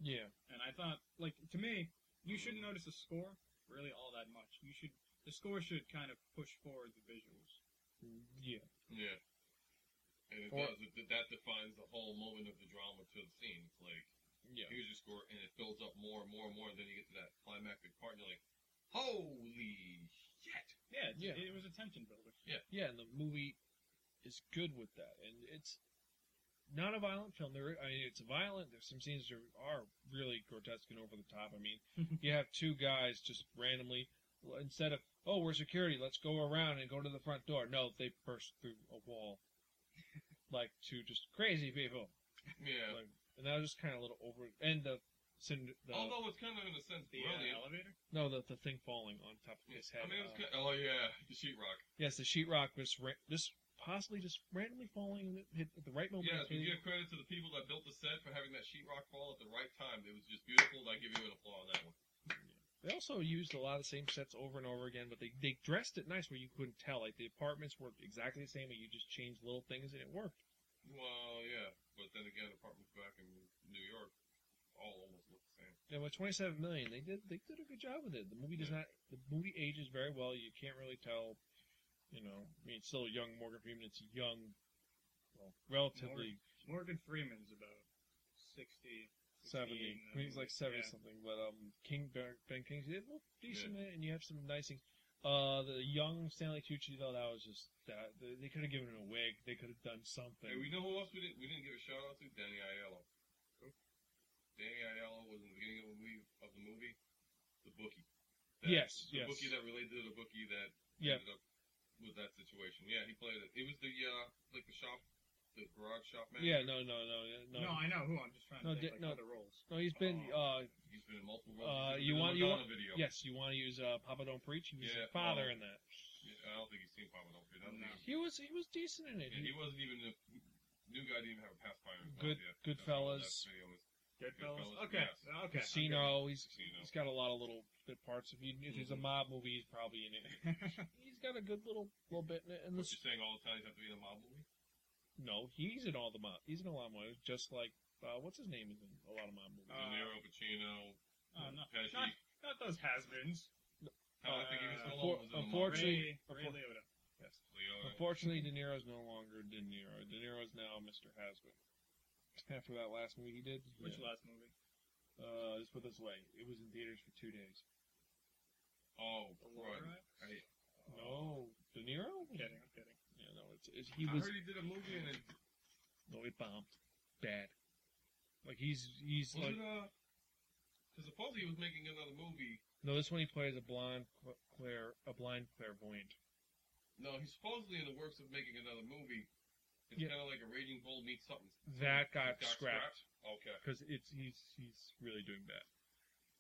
S1: Yeah,
S5: And I thought, like, to me, you shouldn't notice the score really all that much. You should, the score should kind of push forward the visuals.
S1: Mm, yeah.
S4: Yeah. And it
S1: Or-
S4: does. It, that defines the whole moment of the drama to the scene. It's like,
S1: Yeah.
S4: here's your score, and it builds up more and more and more, and then you get to that climactic part, and you're like, holy shit!
S5: Yeah, it's,
S1: Yeah.
S5: it was a tension builder.
S1: Yeah, and the movie is good with that, and it's not a violent film. There, I mean, it's violent. There's some scenes that are really grotesque and over the top. I mean, you have two guys just randomly instead of oh we're security, let's go around and go to the front door. No, they burst through a wall like two just crazy people,
S4: Yeah.
S1: like, and that was just kind of a little over. And the, syn- the
S4: Although it's kind of in a sense
S5: uh, The uh,
S4: brilliant.
S5: elevator?
S1: no, the, the thing falling on top of his head.
S4: I mean, it was
S1: uh,
S4: kind oh yeah, the sheetrock.
S1: Yes, the sheetrock was ra- just possibly just randomly falling and it hit at the right
S5: Oh,
S1: moment.
S4: Yes, we
S1: It-
S4: give credit to the people that built the set for having that sheetrock fall at the right time. It was just beautiful. I give you an applause on that one.
S1: They also used a lot of the same sets over and over again, but they, they dressed it nice where you couldn't tell. Like the apartments were exactly the same, but you just changed little things and it worked.
S4: Well, yeah, but then again, apartments back in New York all almost look the same.
S1: And with 27 million, they did they did a good job with it. The movie does not the movie ages very well. You can't really tell. You know, I mean, it's still young Morgan Freeman. It's young, well, relatively
S5: Morgan Freeman's about 60.
S1: 70.
S5: 68 in
S1: I mean, he's like 70
S5: that movie.
S1: something. But um, King Ben, ben Kingsley did look decent, in it, and you have some nice things. Uh, the young Stanley Tucci though, that was just that they, they could have given him a wig. They could have done something.
S4: Hey, we know who else we didn't we didn't give a shout out to? Danny Aiello. Danny Aiello was in the beginning of the movie, of the, movie the bookie.
S1: Yes,
S4: the
S1: yes.
S4: bookie that related to the bookie that
S1: Yeah.
S4: ended up with that situation. Yeah, he played it. It was the uh, like the shop, the garage shop man.
S1: Yeah, no, no, no, no.
S5: No, I know who. I'm just trying
S1: No,
S5: to think
S1: di-
S5: like,
S1: no.
S5: other roles.
S1: No, he's been. Uh,
S4: he's been in multiple
S1: Uh,
S4: roles. He's
S1: you
S4: been in
S1: want-
S4: the
S1: you
S4: Madonna video.
S1: yes, you want to use uh, Papa Don't Preach. He was
S4: Yeah,
S1: his father
S4: oh.
S1: in that.
S4: Yeah, I don't think he's seen Papa Don't Fear. I don't
S5: No.
S4: think
S1: He was he was decent in it.
S4: he- and he wasn't even a new guy. Didn't even have a pacifier. in his mouth
S1: Good-
S4: yet. That's how
S1: Goodfellas.
S4: that video was.
S5: Goodfellas?
S4: Goodfellas,
S5: Okay,
S4: yes.
S5: okay.
S1: Casino. He's
S4: Casino.
S1: he's got a lot of little bit parts. If you if there's a
S4: Mhm.
S1: mob movie, he's probably in it.
S4: *laughs*
S1: He's got a good little little bit in it. And
S4: What
S1: this
S4: you're saying all the time? You have to be in a mob movie.
S1: Uh, no, he's in all the mob. He's in a lot of movies, just like uh, what's his name is in a lot of mob movies.
S4: De
S5: Uh,
S4: Niro, Pacino.
S5: Oh,
S1: Uh,
S5: no.
S4: Pesci.
S5: Not, not those has-beens.
S4: How I think he was
S5: uh,
S4: still
S1: for-
S4: was in the mob.
S1: Unfortunately-
S5: Ray, Ray Liotta.
S1: yes.
S4: Leo,
S1: Unfortunately, De Niro's no longer De Niro. De Niro's now Mr. Hasbin. *laughs* After that last movie he did,
S5: Which
S1: yeah.
S5: last movie?
S1: uh, let's put it this way, it was in theaters for two days.
S4: Oh,
S5: The
S4: right.
S5: Laura?
S4: I,
S1: No, De Niro.
S5: I'm kidding, I'm kidding.
S1: Oh. Yeah, no, it's, it's he
S4: I
S1: was
S4: heard he did a movie and it
S1: no, it bombed bad. Like he's he's
S4: was
S1: like
S4: it uh. Because supposedly he was making another movie
S1: No, this one he plays a blind cl- clair a blind clairvoyant.
S4: No, he's supposedly in the works of making another movie. It's
S1: Yeah.
S4: kind of like a Raging Bull meets something.
S1: Hmm. That got,
S4: Got
S1: scrapped
S4: Okay.
S1: because it's he's he's really doing bad.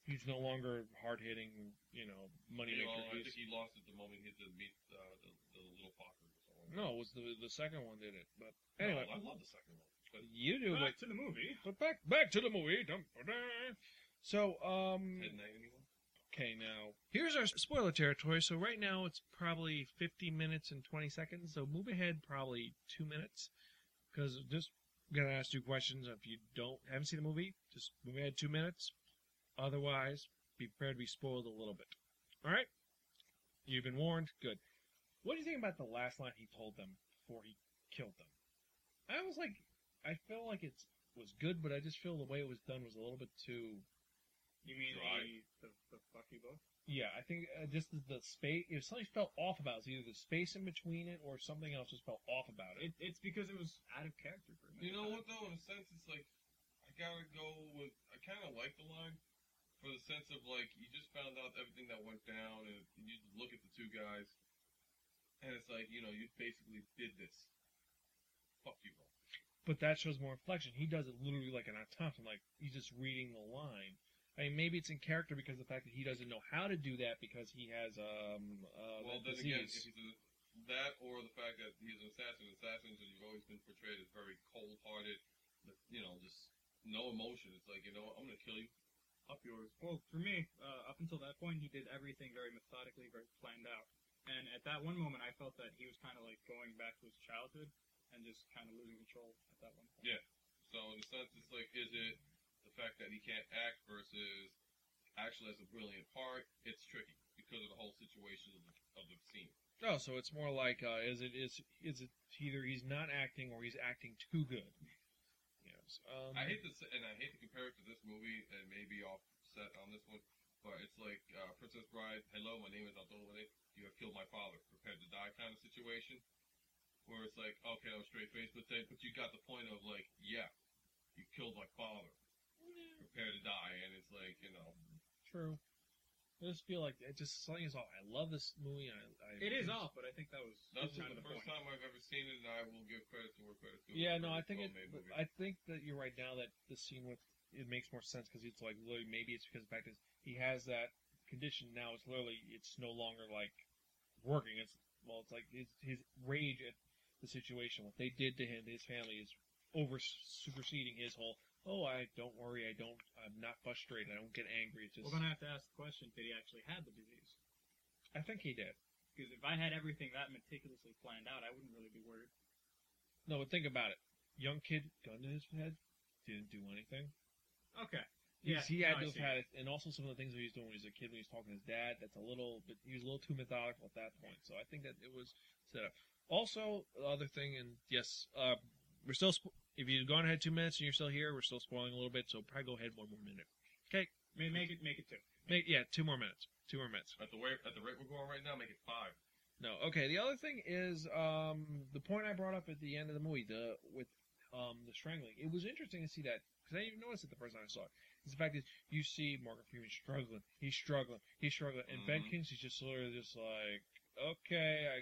S1: He's no longer hard hitting, you know, money
S4: You know,
S1: maker.
S4: I
S1: He's-
S4: think he lost it the moment he hit the meet uh, the, the little pocket or something.
S1: No, it was the the second one did it. But
S4: No,
S1: anyway,
S4: I love the second one. But
S1: you do. But,
S5: Back to the movie.
S1: but back back to the movie. Dum- da-da. So um.
S4: Ted Knight, anyone?
S1: Okay, now here's our spoiler territory. So right now it's probably 50 minutes and 20 seconds. So move ahead probably two minutes because just gonna ask you questions. If you don't haven't seen the movie, just move ahead two minutes. Otherwise, be prepared to be spoiled a little bit. All right, you've been warned. Good. What do you think about the last line he told them before he killed them? I was like, I feel like it was good, but I just feel the way it was done was a little bit too
S5: You mean
S4: Right.
S5: the, the the fucky book?
S1: yeah, I think uh, just the, the space. If something felt off about it, it's either the space in between it or something else just felt off about it.
S5: It, it's because it was out of character for me.
S4: You know what though? In a sense, it's like I gotta go with. I kind of like the line for the sense of like you just found out everything that went down, and you just look at the two guys, and it's like you know you basically did this. Fuck you, bro.
S1: But that shows more inflection. He does it literally like an automaton, like he's just reading the line. I mean, maybe it's in character because of the fact that he doesn't know how to do that because he has um uh,
S4: well,
S1: that
S4: then again, if
S1: disease.
S4: he's a, that or the fact that he's an assassin, assassins have always been portrayed as very cold-hearted, but, you know, just no emotion. It's like you know, I'm gonna kill you. Up yours.
S5: Well, for me, uh, up until that point, he did everything very methodically, very planned out. And at that one moment, I felt that he was kind of like going back to his childhood and just kind of losing control at that one point.
S4: Yeah. So in a sense, it's like, is it the fact that he can't act versus actually has a brilliant part? It's tricky because of the whole situation of the, of the scene.
S1: oh, so it's more like uh, is it is is it either he's not acting or he's acting too good. Yes. Um,
S4: I hate to say, and I hate to compare it to this movie, and maybe I'll set on this one, but it's like uh, Princess Bride. Hello, my name is Abdullah. You have killed my father. Prepared to die, kind of situation, where it's like, okay, I was straight faced, but then, but you got the point of like, yeah, you killed my father. Prepare to die, and it's like, you know,
S1: True. I just feel like it just something is off. I love this movie. and I, I
S5: It is off, but I think that was
S4: That's
S5: kind
S4: the
S5: of the
S4: first
S5: point.
S4: time I've ever seen it, and I will give credit to where credit to.
S1: Yeah, no, I think it,
S4: Well-made movie.
S1: I think that you're right now that the scene with it makes more sense because it's like literally maybe it's because the fact is he has that condition now. It's literally it's no longer like working. It's well, it's like his, his rage at the situation, what they did to him, his family is over superseding his whole. Oh, I don't worry. I don't. I'm not frustrated. I don't get angry. It's just.
S5: We're gonna have to ask the question: Did he actually have the disease?
S1: I think he did.
S5: Because if I had everything that meticulously planned out, I wouldn't really be worried.
S1: No, but think about it. Young kid, gun to his head, didn't do anything.
S5: Okay. Yeah,
S1: He's, he had
S5: no, I
S1: to have
S5: see.
S1: had it, and also some of the things that he was doing when he was a kid, when he was talking to his dad. That's a little, but he was a little too methodical at that point. So I think that it was set up. Also, the other thing, and yes, uh, we're still. Spo- if you've gone ahead two minutes and you're still here, we're still spoiling a little bit. So probably go ahead one more minute.
S5: May- Make it, make it two.
S1: Make, yeah, two more minutes. Two more minutes.
S4: at the way, at the rate we're going right now, make it five.
S1: No. Okay. The other thing is um, the point I brought up at the end of the movie, the with um, the strangling. It was interesting to see that because I didn't even notice it the first time I saw it. It's the fact that you see Morgan Freeman struggling. He's struggling. He's struggling, and Ben
S4: Mhm.
S1: Kingsley's just literally just like, okay, I.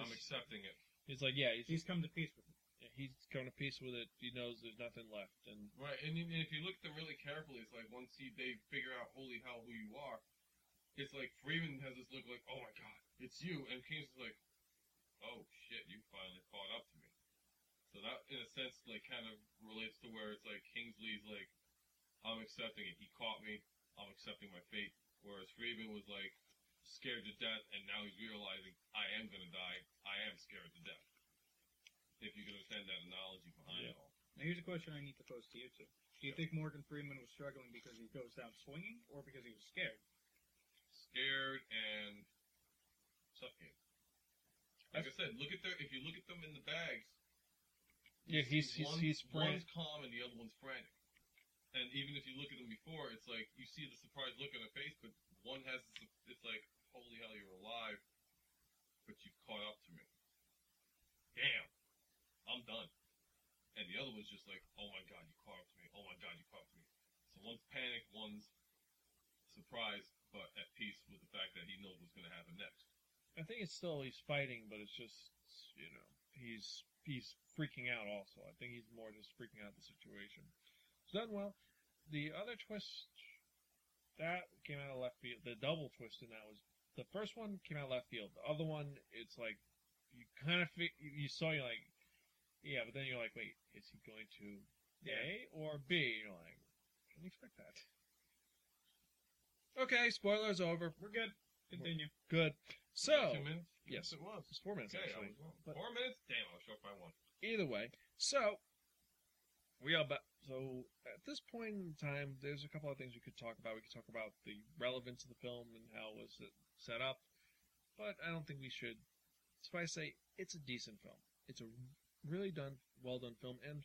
S4: I'm
S1: this-
S4: accepting it.
S1: he's like, yeah, he's,
S5: He's come to peace with it.
S1: he's come to peace with it. He knows there's nothing left, and
S4: Right, and, even if you look at them really carefully, it's like once he, they figure out, holy hell, who you are, it's like Freeman has this look like, oh my god, it's you, and King's is like, oh shit, you finally caught up to me. So that, in a sense, like kind of relates to where it's like Kingsley's like, I'm accepting it. He caught me. I'm accepting my fate. Whereas Freeman was like scared to death, and now he's realizing I am gonna die. I am scared to death. If you can understand that analogy behind it all.
S5: Now here's a question I need to pose to you two. Do you think Morgan Freeman was struggling because he goes down swinging, or because he was scared?
S4: scared and suffocated. Like I said, look at their. If you look at them in the bags,
S1: yeah, he's
S4: see
S1: he's
S4: one-
S1: he's frantic.
S4: one's calm and the other one's frantic. And even if you look at them before, it's like you see the surprised look on their face, but one has the, su- it's like, holy hell, you're alive, but you've caught up to me. Damn, I'm done. And the other one's just like, oh my god, you caught up to me. Oh my god, you caught up to me. So one's panicked, one's surprised, but at peace
S1: I think it's still he's fighting, but it's just you know he's he's freaking out. Also, I think he's more just freaking out the situation. It's done well. The other twist that came out of left field, the double twist in that was the first one came out of left field. The other one, it's like you kind of fi- you saw you like yeah, but then you're like, wait, is he going to A or B? You're like, I didn't expect that. Okay, spoilers over.
S5: We're good. Continue.
S1: Good. So,
S4: two minutes?
S1: yes.
S4: it was.
S1: it's four minutes
S4: Okay, I
S1: actually.
S4: was wrong.
S1: But-
S4: Four minutes? Damn, I was short by one.
S1: Either way, so we are back. So at this point in time, there's a couple of things we could talk about. We could talk about the relevance of the film and how was it set up, but I don't think we should. Suffice to say, it's a decent film. It's a really done, well done film. And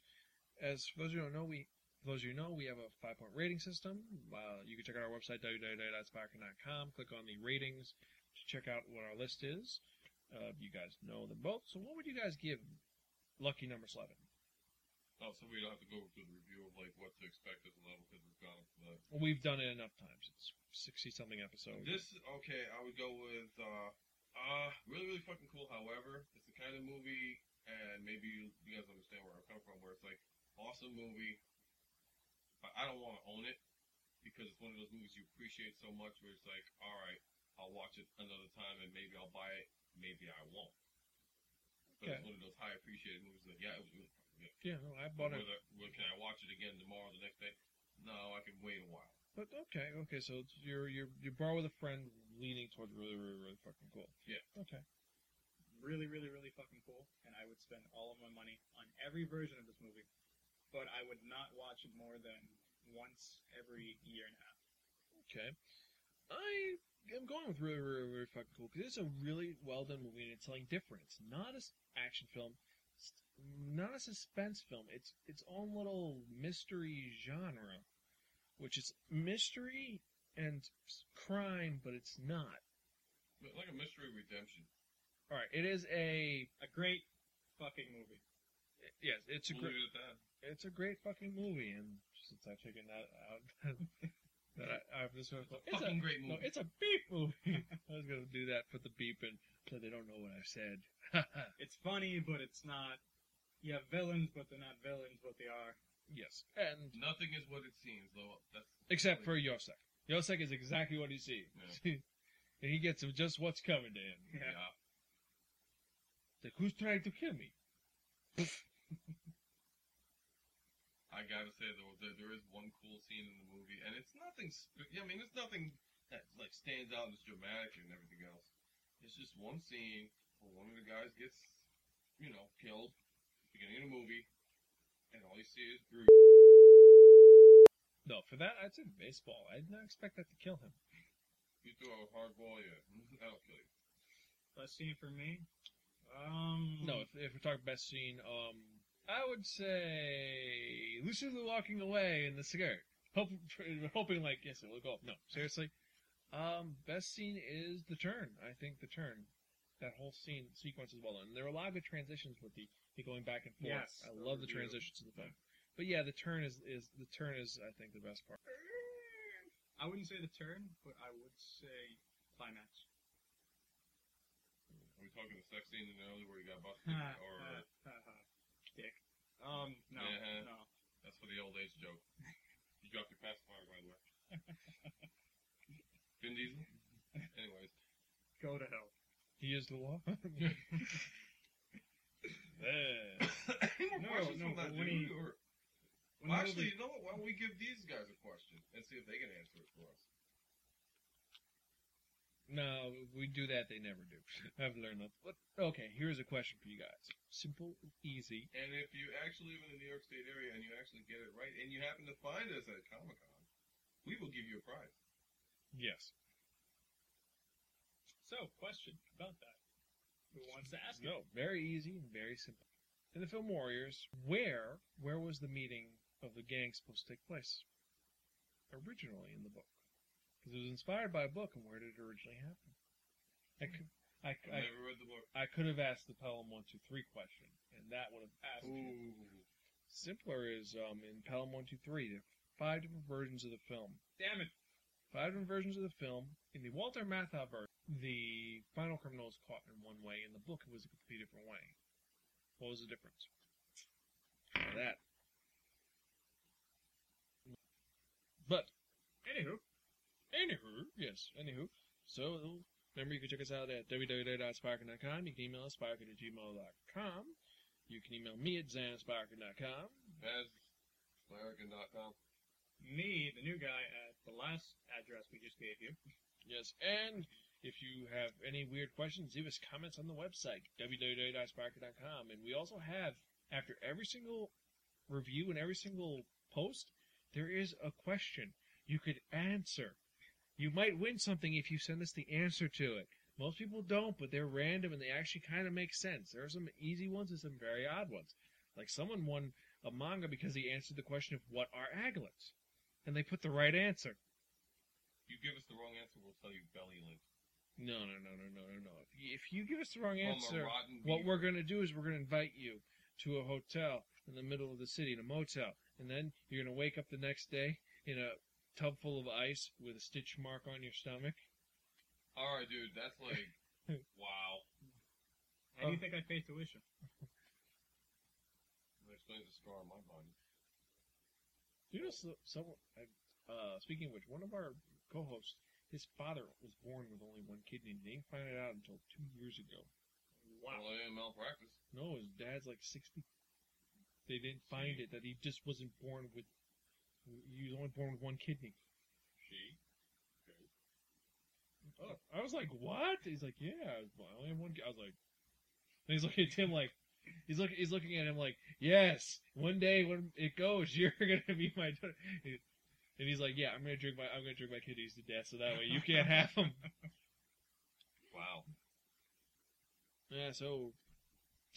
S1: as for those of you who don't know, we for those of you who know, we have a five point rating system. Uh, you can check out our website www.spacker.com. Click on the ratings to check out what our list is. Uh, you guys know them both. So what would you guys give Lucky Number Eleven?
S4: Oh, so we don't have to go through the review of like what to expect at the level because we've gone over that.
S1: We've done it enough times. It's sixty something episodes.
S4: This okay, I would go with uh uh really really fucking cool, however. It's the kind of movie and maybe you, you guys understand where I'm coming from where it's like awesome movie but I don't wanna own it because it's one of those movies you appreciate so much where it's like, Alright, I'll watch it another time and maybe I'll buy it, maybe I won't. But
S1: Okay.
S4: it's one of those high appreciated movies that yeah, it was really fucking good.
S1: yeah, no, I bought it.
S4: Whether, whether can I watch it again tomorrow, the next day? No, I can wait a while.
S1: But okay, okay. So it's- you're you're you borrow with a friend, leaning towards really, really, really fucking cool.
S4: Yeah.
S1: Okay.
S5: Really, really, really fucking cool. And I would spend all of my money on every version of this movie, but I would not watch it more than once every year and a half.
S1: Okay. I am going with really, really, really fucking cool because it's a really well done movie and it's something different. It's not an action film, it's not a suspense film. It's its own little mystery genre, which is mystery and s- crime, but it's not.
S4: But Like a mystery redemption.
S1: All right, it is a
S5: A great fucking movie.
S1: yes, it's a
S4: We'll
S1: great
S4: leave it at that.
S1: it's a great fucking movie, and since I figured that out, *laughs* that I, I've just it's
S4: It's a fucking great movie.
S1: No, it's a beep movie. *laughs* I was gonna do that, put the beep in, so they don't know what I said. *laughs*
S5: It's funny, but it's not. You have villains, but they're not villains, but they are.
S1: yes, and
S4: Nothing is what it seems, though. That's
S1: except for Yosek. Yosek is exactly what he sees, *laughs* and he gets him just what's coming to *laughs* him.
S4: yeah.
S5: Yeah.
S1: Like, who's trying to kill me?
S4: I gotta say though, there, there is one cool scene in the movie, and it's nothing. Sp- I mean, it's nothing that like stands out as dramatic and everything else. It's just one scene where one of the guys gets, you know, killed at the beginning of the movie, and all you see is Bruce.
S1: No, for that I'd say baseball. I did not expect that to kill him.
S4: You throw a hard ball, yeah, *laughs* that'll kill you.
S5: Best scene for me. Um.
S1: No, if, if we're talking best scene, um, I would say Lucinda walking away in the cigarette, Hope, *laughs* hoping like yes, it will go. up. No, seriously, um, best scene is the turn. I think the turn, that whole scene sequence is well done. There are a lot of good transitions with the, the going back and forth.
S5: Yes,
S1: I
S5: those
S1: love the
S5: are beautiful.
S1: transitions in the film. But yeah, the turn is, is the turn is I think the best part.
S5: I wouldn't say the turn, but I would say climax.
S4: Are we talking the sex scene in the early where you got busted, or
S5: Dick. Um, no,
S4: Yeah.
S5: no.
S4: that's for the old age joke? You dropped your pacifier, by
S5: *laughs*
S4: the way. Vin Diesel. Anyways.
S5: Go to hell.
S1: He is the
S5: *laughs*
S1: law. *laughs* there.
S4: Any more
S5: No,
S4: questions
S5: no,
S4: from that
S5: but when
S4: dude?
S5: he-
S4: or-
S5: When
S4: Well,
S5: the
S4: actually,
S5: movie-
S4: you know what? Why don't we give these guys a question and see if they can answer it for us?
S1: No, we do that. They never do. *laughs* I've learned that. But okay, here's a question for you guys. Simple, easy.
S4: And if you actually live in the New York State area and you actually get it right, and you happen to find us at Comic Con, we will give you a prize.
S1: Yes.
S5: so question about that. Who wants to ask? it?
S1: No, very easy and very simple. In the film Warriors, where where was the meeting of the gang supposed to take place? Originally in the book, because it was inspired by a book. And where did it originally happen? I could, I, c-
S4: I never read the book.
S1: I, I could have asked the Pelham one two three question, and that would have asked. you.
S4: Ooh.
S1: Simpler is um, in Pelham one two three. There are five different versions of the film.
S5: Damn it!
S1: Five different versions of the film. In the Walter Matthau version, the final criminal is caught in one way. In the book, it was a completely different way. What was the difference? Now That. But, anywho, anywho, yes, anywho. So, remember you can check us out at www.spirekin.com. You can email us, spirekin at gmail.com. You can email me at zanspirekin.com.
S4: As Larrigan.com.
S5: Me, the new guy at the last address we just gave you.
S1: Yes, and if you have any weird questions, leave us comments on the website, www.sparker.com. And we also have, after every single review and every single post, there is a question you could answer. You might win something if you send us the answer to it. Most people don't, but they're random and they actually kind of make sense. There are some easy ones and some very odd ones. Like someone won a manga because he answered the question of what are aglets, and they put the right answer.
S4: You give us the wrong answer, we'll tell you belly lint.
S1: No, no, no, no, no, no, no. If you give us the wrong
S4: From a
S1: answer,
S4: rotten
S1: what
S4: beef.
S1: we're going to do is we're going to invite you to a hotel in the middle of the city, in a motel, and then you're going to wake up the next day in a tub full of ice with a stitch mark on your stomach.
S4: All right, dude, that's
S1: *laughs*
S4: like, wow.
S5: How do you
S1: Oh.
S5: think I paid tuition?
S4: That explains the scar on my body.
S1: Do you know so- someone? I, uh, speaking of which, one of our co-hosts, his father was born with only one kidney. and They didn't find it out until two years ago.
S4: Well, I am malpractice.
S1: No, his dad's like sixty. They didn't find it that he just wasn't born with. He was only born with one kidney.
S4: She. Okay.
S1: Oh, I was like, "What?" He's like, "Yeah, I, was, I only have one." ki-" I was like, and he's looking at Tim like, he's looking, he's looking at him like, "Yes, one day when it goes, *laughs* you're gonna be my." daughter." And he's like, "Yeah, I'm gonna drink my, I'm gonna drink my kidneys to death, so that way you can't have them."
S4: Wow.
S1: yeah, so.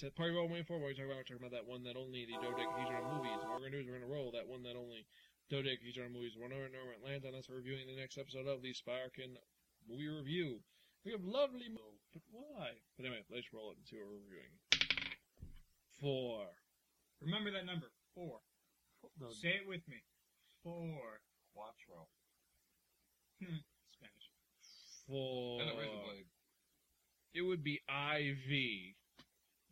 S1: To the party we're all waiting for, what are we talking about? We're talking about that one that only the dodecahedron movies. What we're gonna do is we're gonna roll that one that only dodecahedron movies. One over and over it lands on us. We're reviewing the next episode of the Sparkin movie review. We have lovely. Mo- but why? But anyway, let's roll it and see what we're reviewing. Four.
S5: Remember that number. Four. Say it with me. Four.
S4: Quattro.
S5: Spanish.
S1: Four.
S4: And a razor blade.
S1: It would be IV.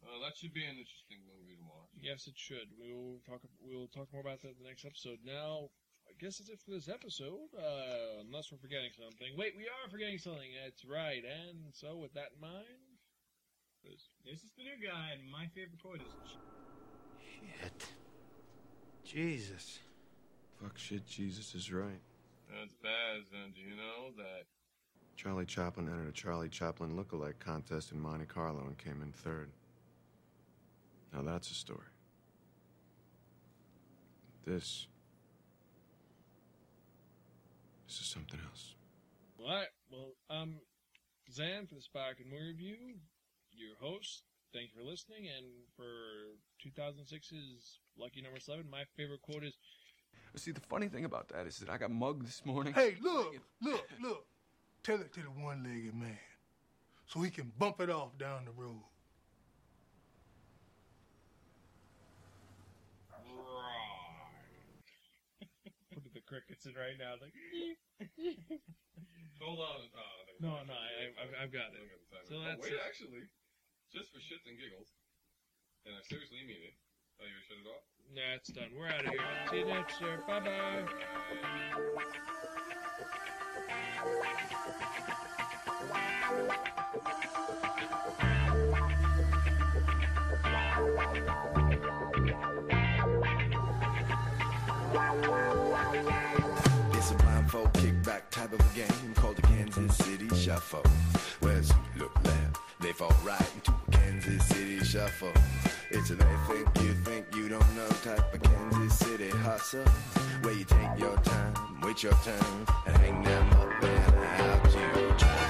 S4: Uh, that should be an interesting movie to watch.
S1: Yes, it should. We will talk. We will talk more about that in the next episode. Now, I guess that's it for this episode. Uh, unless we're forgetting something. Wait, we are forgetting something. That's right. And so, with that in mind,
S5: This is the new guy, and my favorite quote is
S7: Shit. Jesus.
S8: Fuck shit, Jesus is right.
S4: That's Baz, and do you know that?
S8: Charlie Chaplin entered a Charlie Chaplin lookalike contest in Monte Carlo and came in third. Now that's a story. This. This is something else.
S1: All right. Well, I'm Zan for the Spark and Movie Review, your host. Thank you for listening. And for 2006's lucky number 11, my favorite quote is
S9: See, the funny thing about that is that I got mugged this morning.
S10: Hey, look, look, look. Tell it to the one legged man so he can bump it off down the road.
S1: put the crickets in right now. Like,
S4: Hold on. Uh, they-
S1: No, no, I- I've- I've got it.
S4: Look at the time.
S1: So
S4: Oh,
S1: that's
S4: wait,
S1: it.
S4: actually, just for shits and giggles, and I seriously mean it. Oh, you shut it off?
S1: nah, it's done. We're out of here. See you next year. Bye bye.
S7: It's a blindfold kickback type of a game called the Kansas City Shuffle. Where it's look left, they fall right into a Kansas City Shuffle. It's a they think you think you don't know type of Kansas City hustle. Where you take your time, wait your turn, and hang them up and out you try.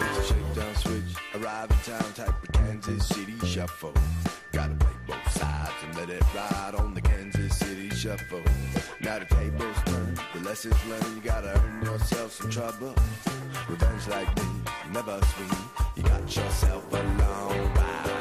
S7: It's a shakedown switch, arrive in town type of Kansas City shuffle. Gotta play both sides and let it ride on the Kansas City shuffle. Now the tables turn, the less Lessons learned, you gotta earn yourself some trouble. Revenge like me, never sweet. You got yourself a long ride.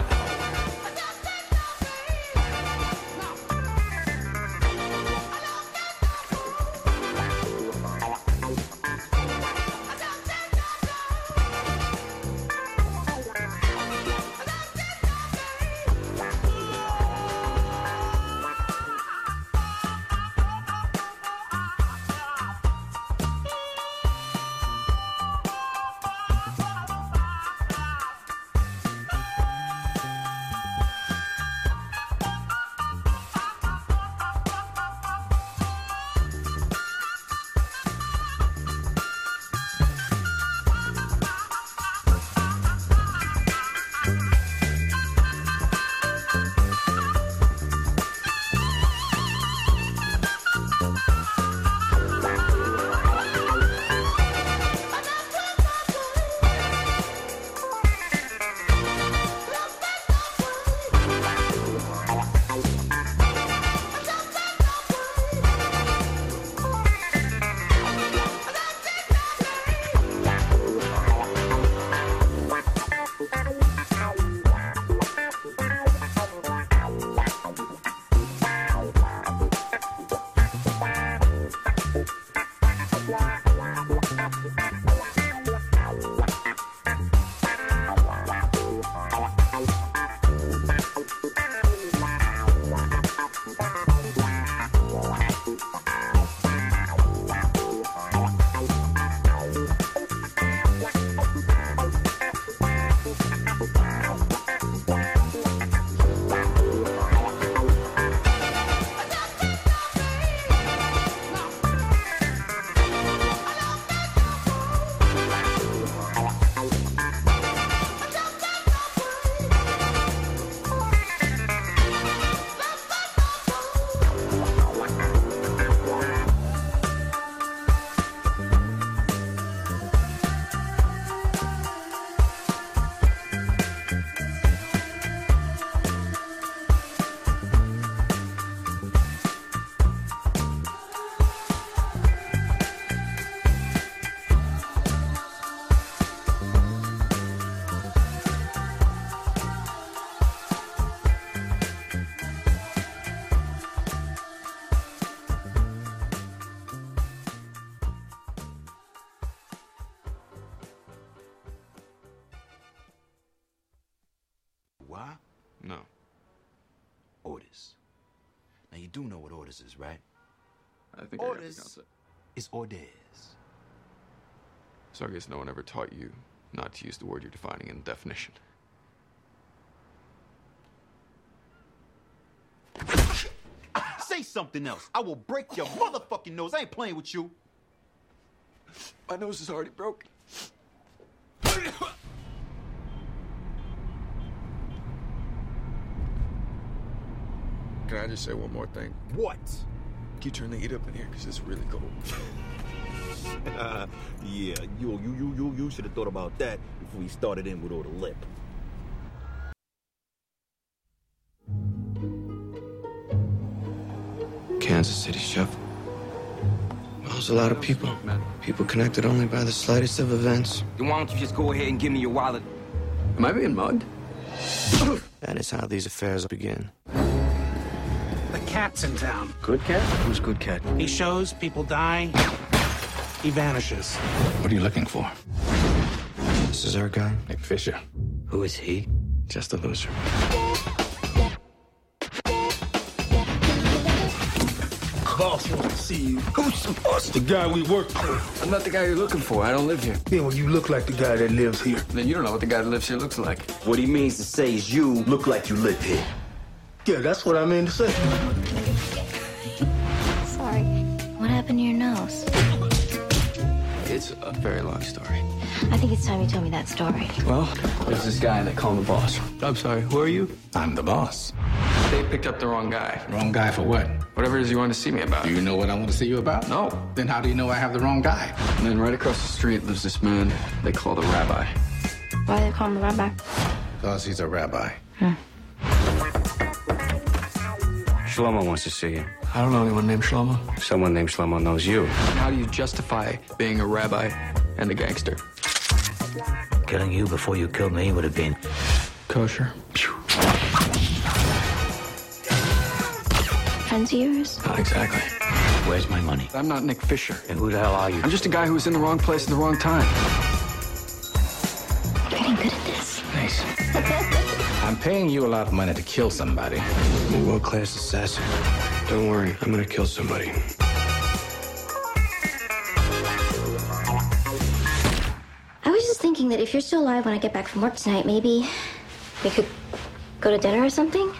S11: Why?
S9: No.
S11: Orders. Now you do know what orders is, right?
S9: I think I got
S11: Orders.
S9: the concept.
S11: It's orders.
S9: So I guess no one ever taught you not to use the word you're defining in the definition.
S11: Say something else. I will break your motherfucking nose. I ain't playing with you.
S9: My nose is already broken. Can I just say one more thing?
S11: What?
S9: Can you turn the heat up in here? Because it's really cold.
S11: yeah, you you you you you should have thought about that before you started in with all the lip.
S8: Kansas City Shuffle. Involves a lot of people. People connected only by the slightest of events.
S12: Then why don't you just go ahead and give me your wallet?
S9: Am I being mugged?
S8: *sighs* That is how these affairs begin.
S13: The cat's in town.
S8: Good cat? Who's good cat?
S13: He shows, people die, he vanishes.
S12: What are you looking for?
S8: This is our guy,
S12: Nick Fisher. Who is he?
S8: just a loser.
S13: Boss wants to see you.
S12: Who's the boss? The guy we work for.
S9: I'm not the guy you're looking for. I don't live here.
S10: Yeah, well, you look like the guy that lives here.
S9: Then you don't know what the guy that lives here looks like.
S12: What he means to say is you look like you live here.
S10: Yeah, that's what I meant to say.
S2: Sorry. What happened to your nose?
S8: It's a very long story.
S2: I think it's time you told me that story.
S9: Well, there's this guy they call him the boss. I'm sorry, who are you?
S12: I'm the boss.
S9: They picked up the wrong guy.
S12: Wrong guy for what?
S9: Whatever it is you want to see me about.
S12: Do you know what I want to see you about?
S9: No.
S12: Then how do you know I have the wrong guy?
S9: And then right across the street lives this man they call the rabbi.
S2: Why they call him the rabbi?
S12: Because he's a rabbi.
S14: Shlomo wants to see you.
S10: I don't know anyone named Shlomo.
S14: Someone named Shlomo knows you.
S10: How do you justify being a rabbi and a gangster?
S15: Killing you before you killed me would have been
S10: Kosher.
S16: Friends of yours?
S10: Not exactly.
S15: Where's my money?
S10: I'm not Nick Fisher.
S15: And who the hell are you?
S10: I'm just a guy who was in the wrong place at the wrong time.
S16: You're getting good at this.
S10: Nice. I'm paying you a lot of money to kill somebody.
S14: I'm a world class assassin. Don't worry, I'm gonna kill somebody.
S16: I was just thinking that if you're still alive when I get back from work tonight, maybe we could go to dinner or something?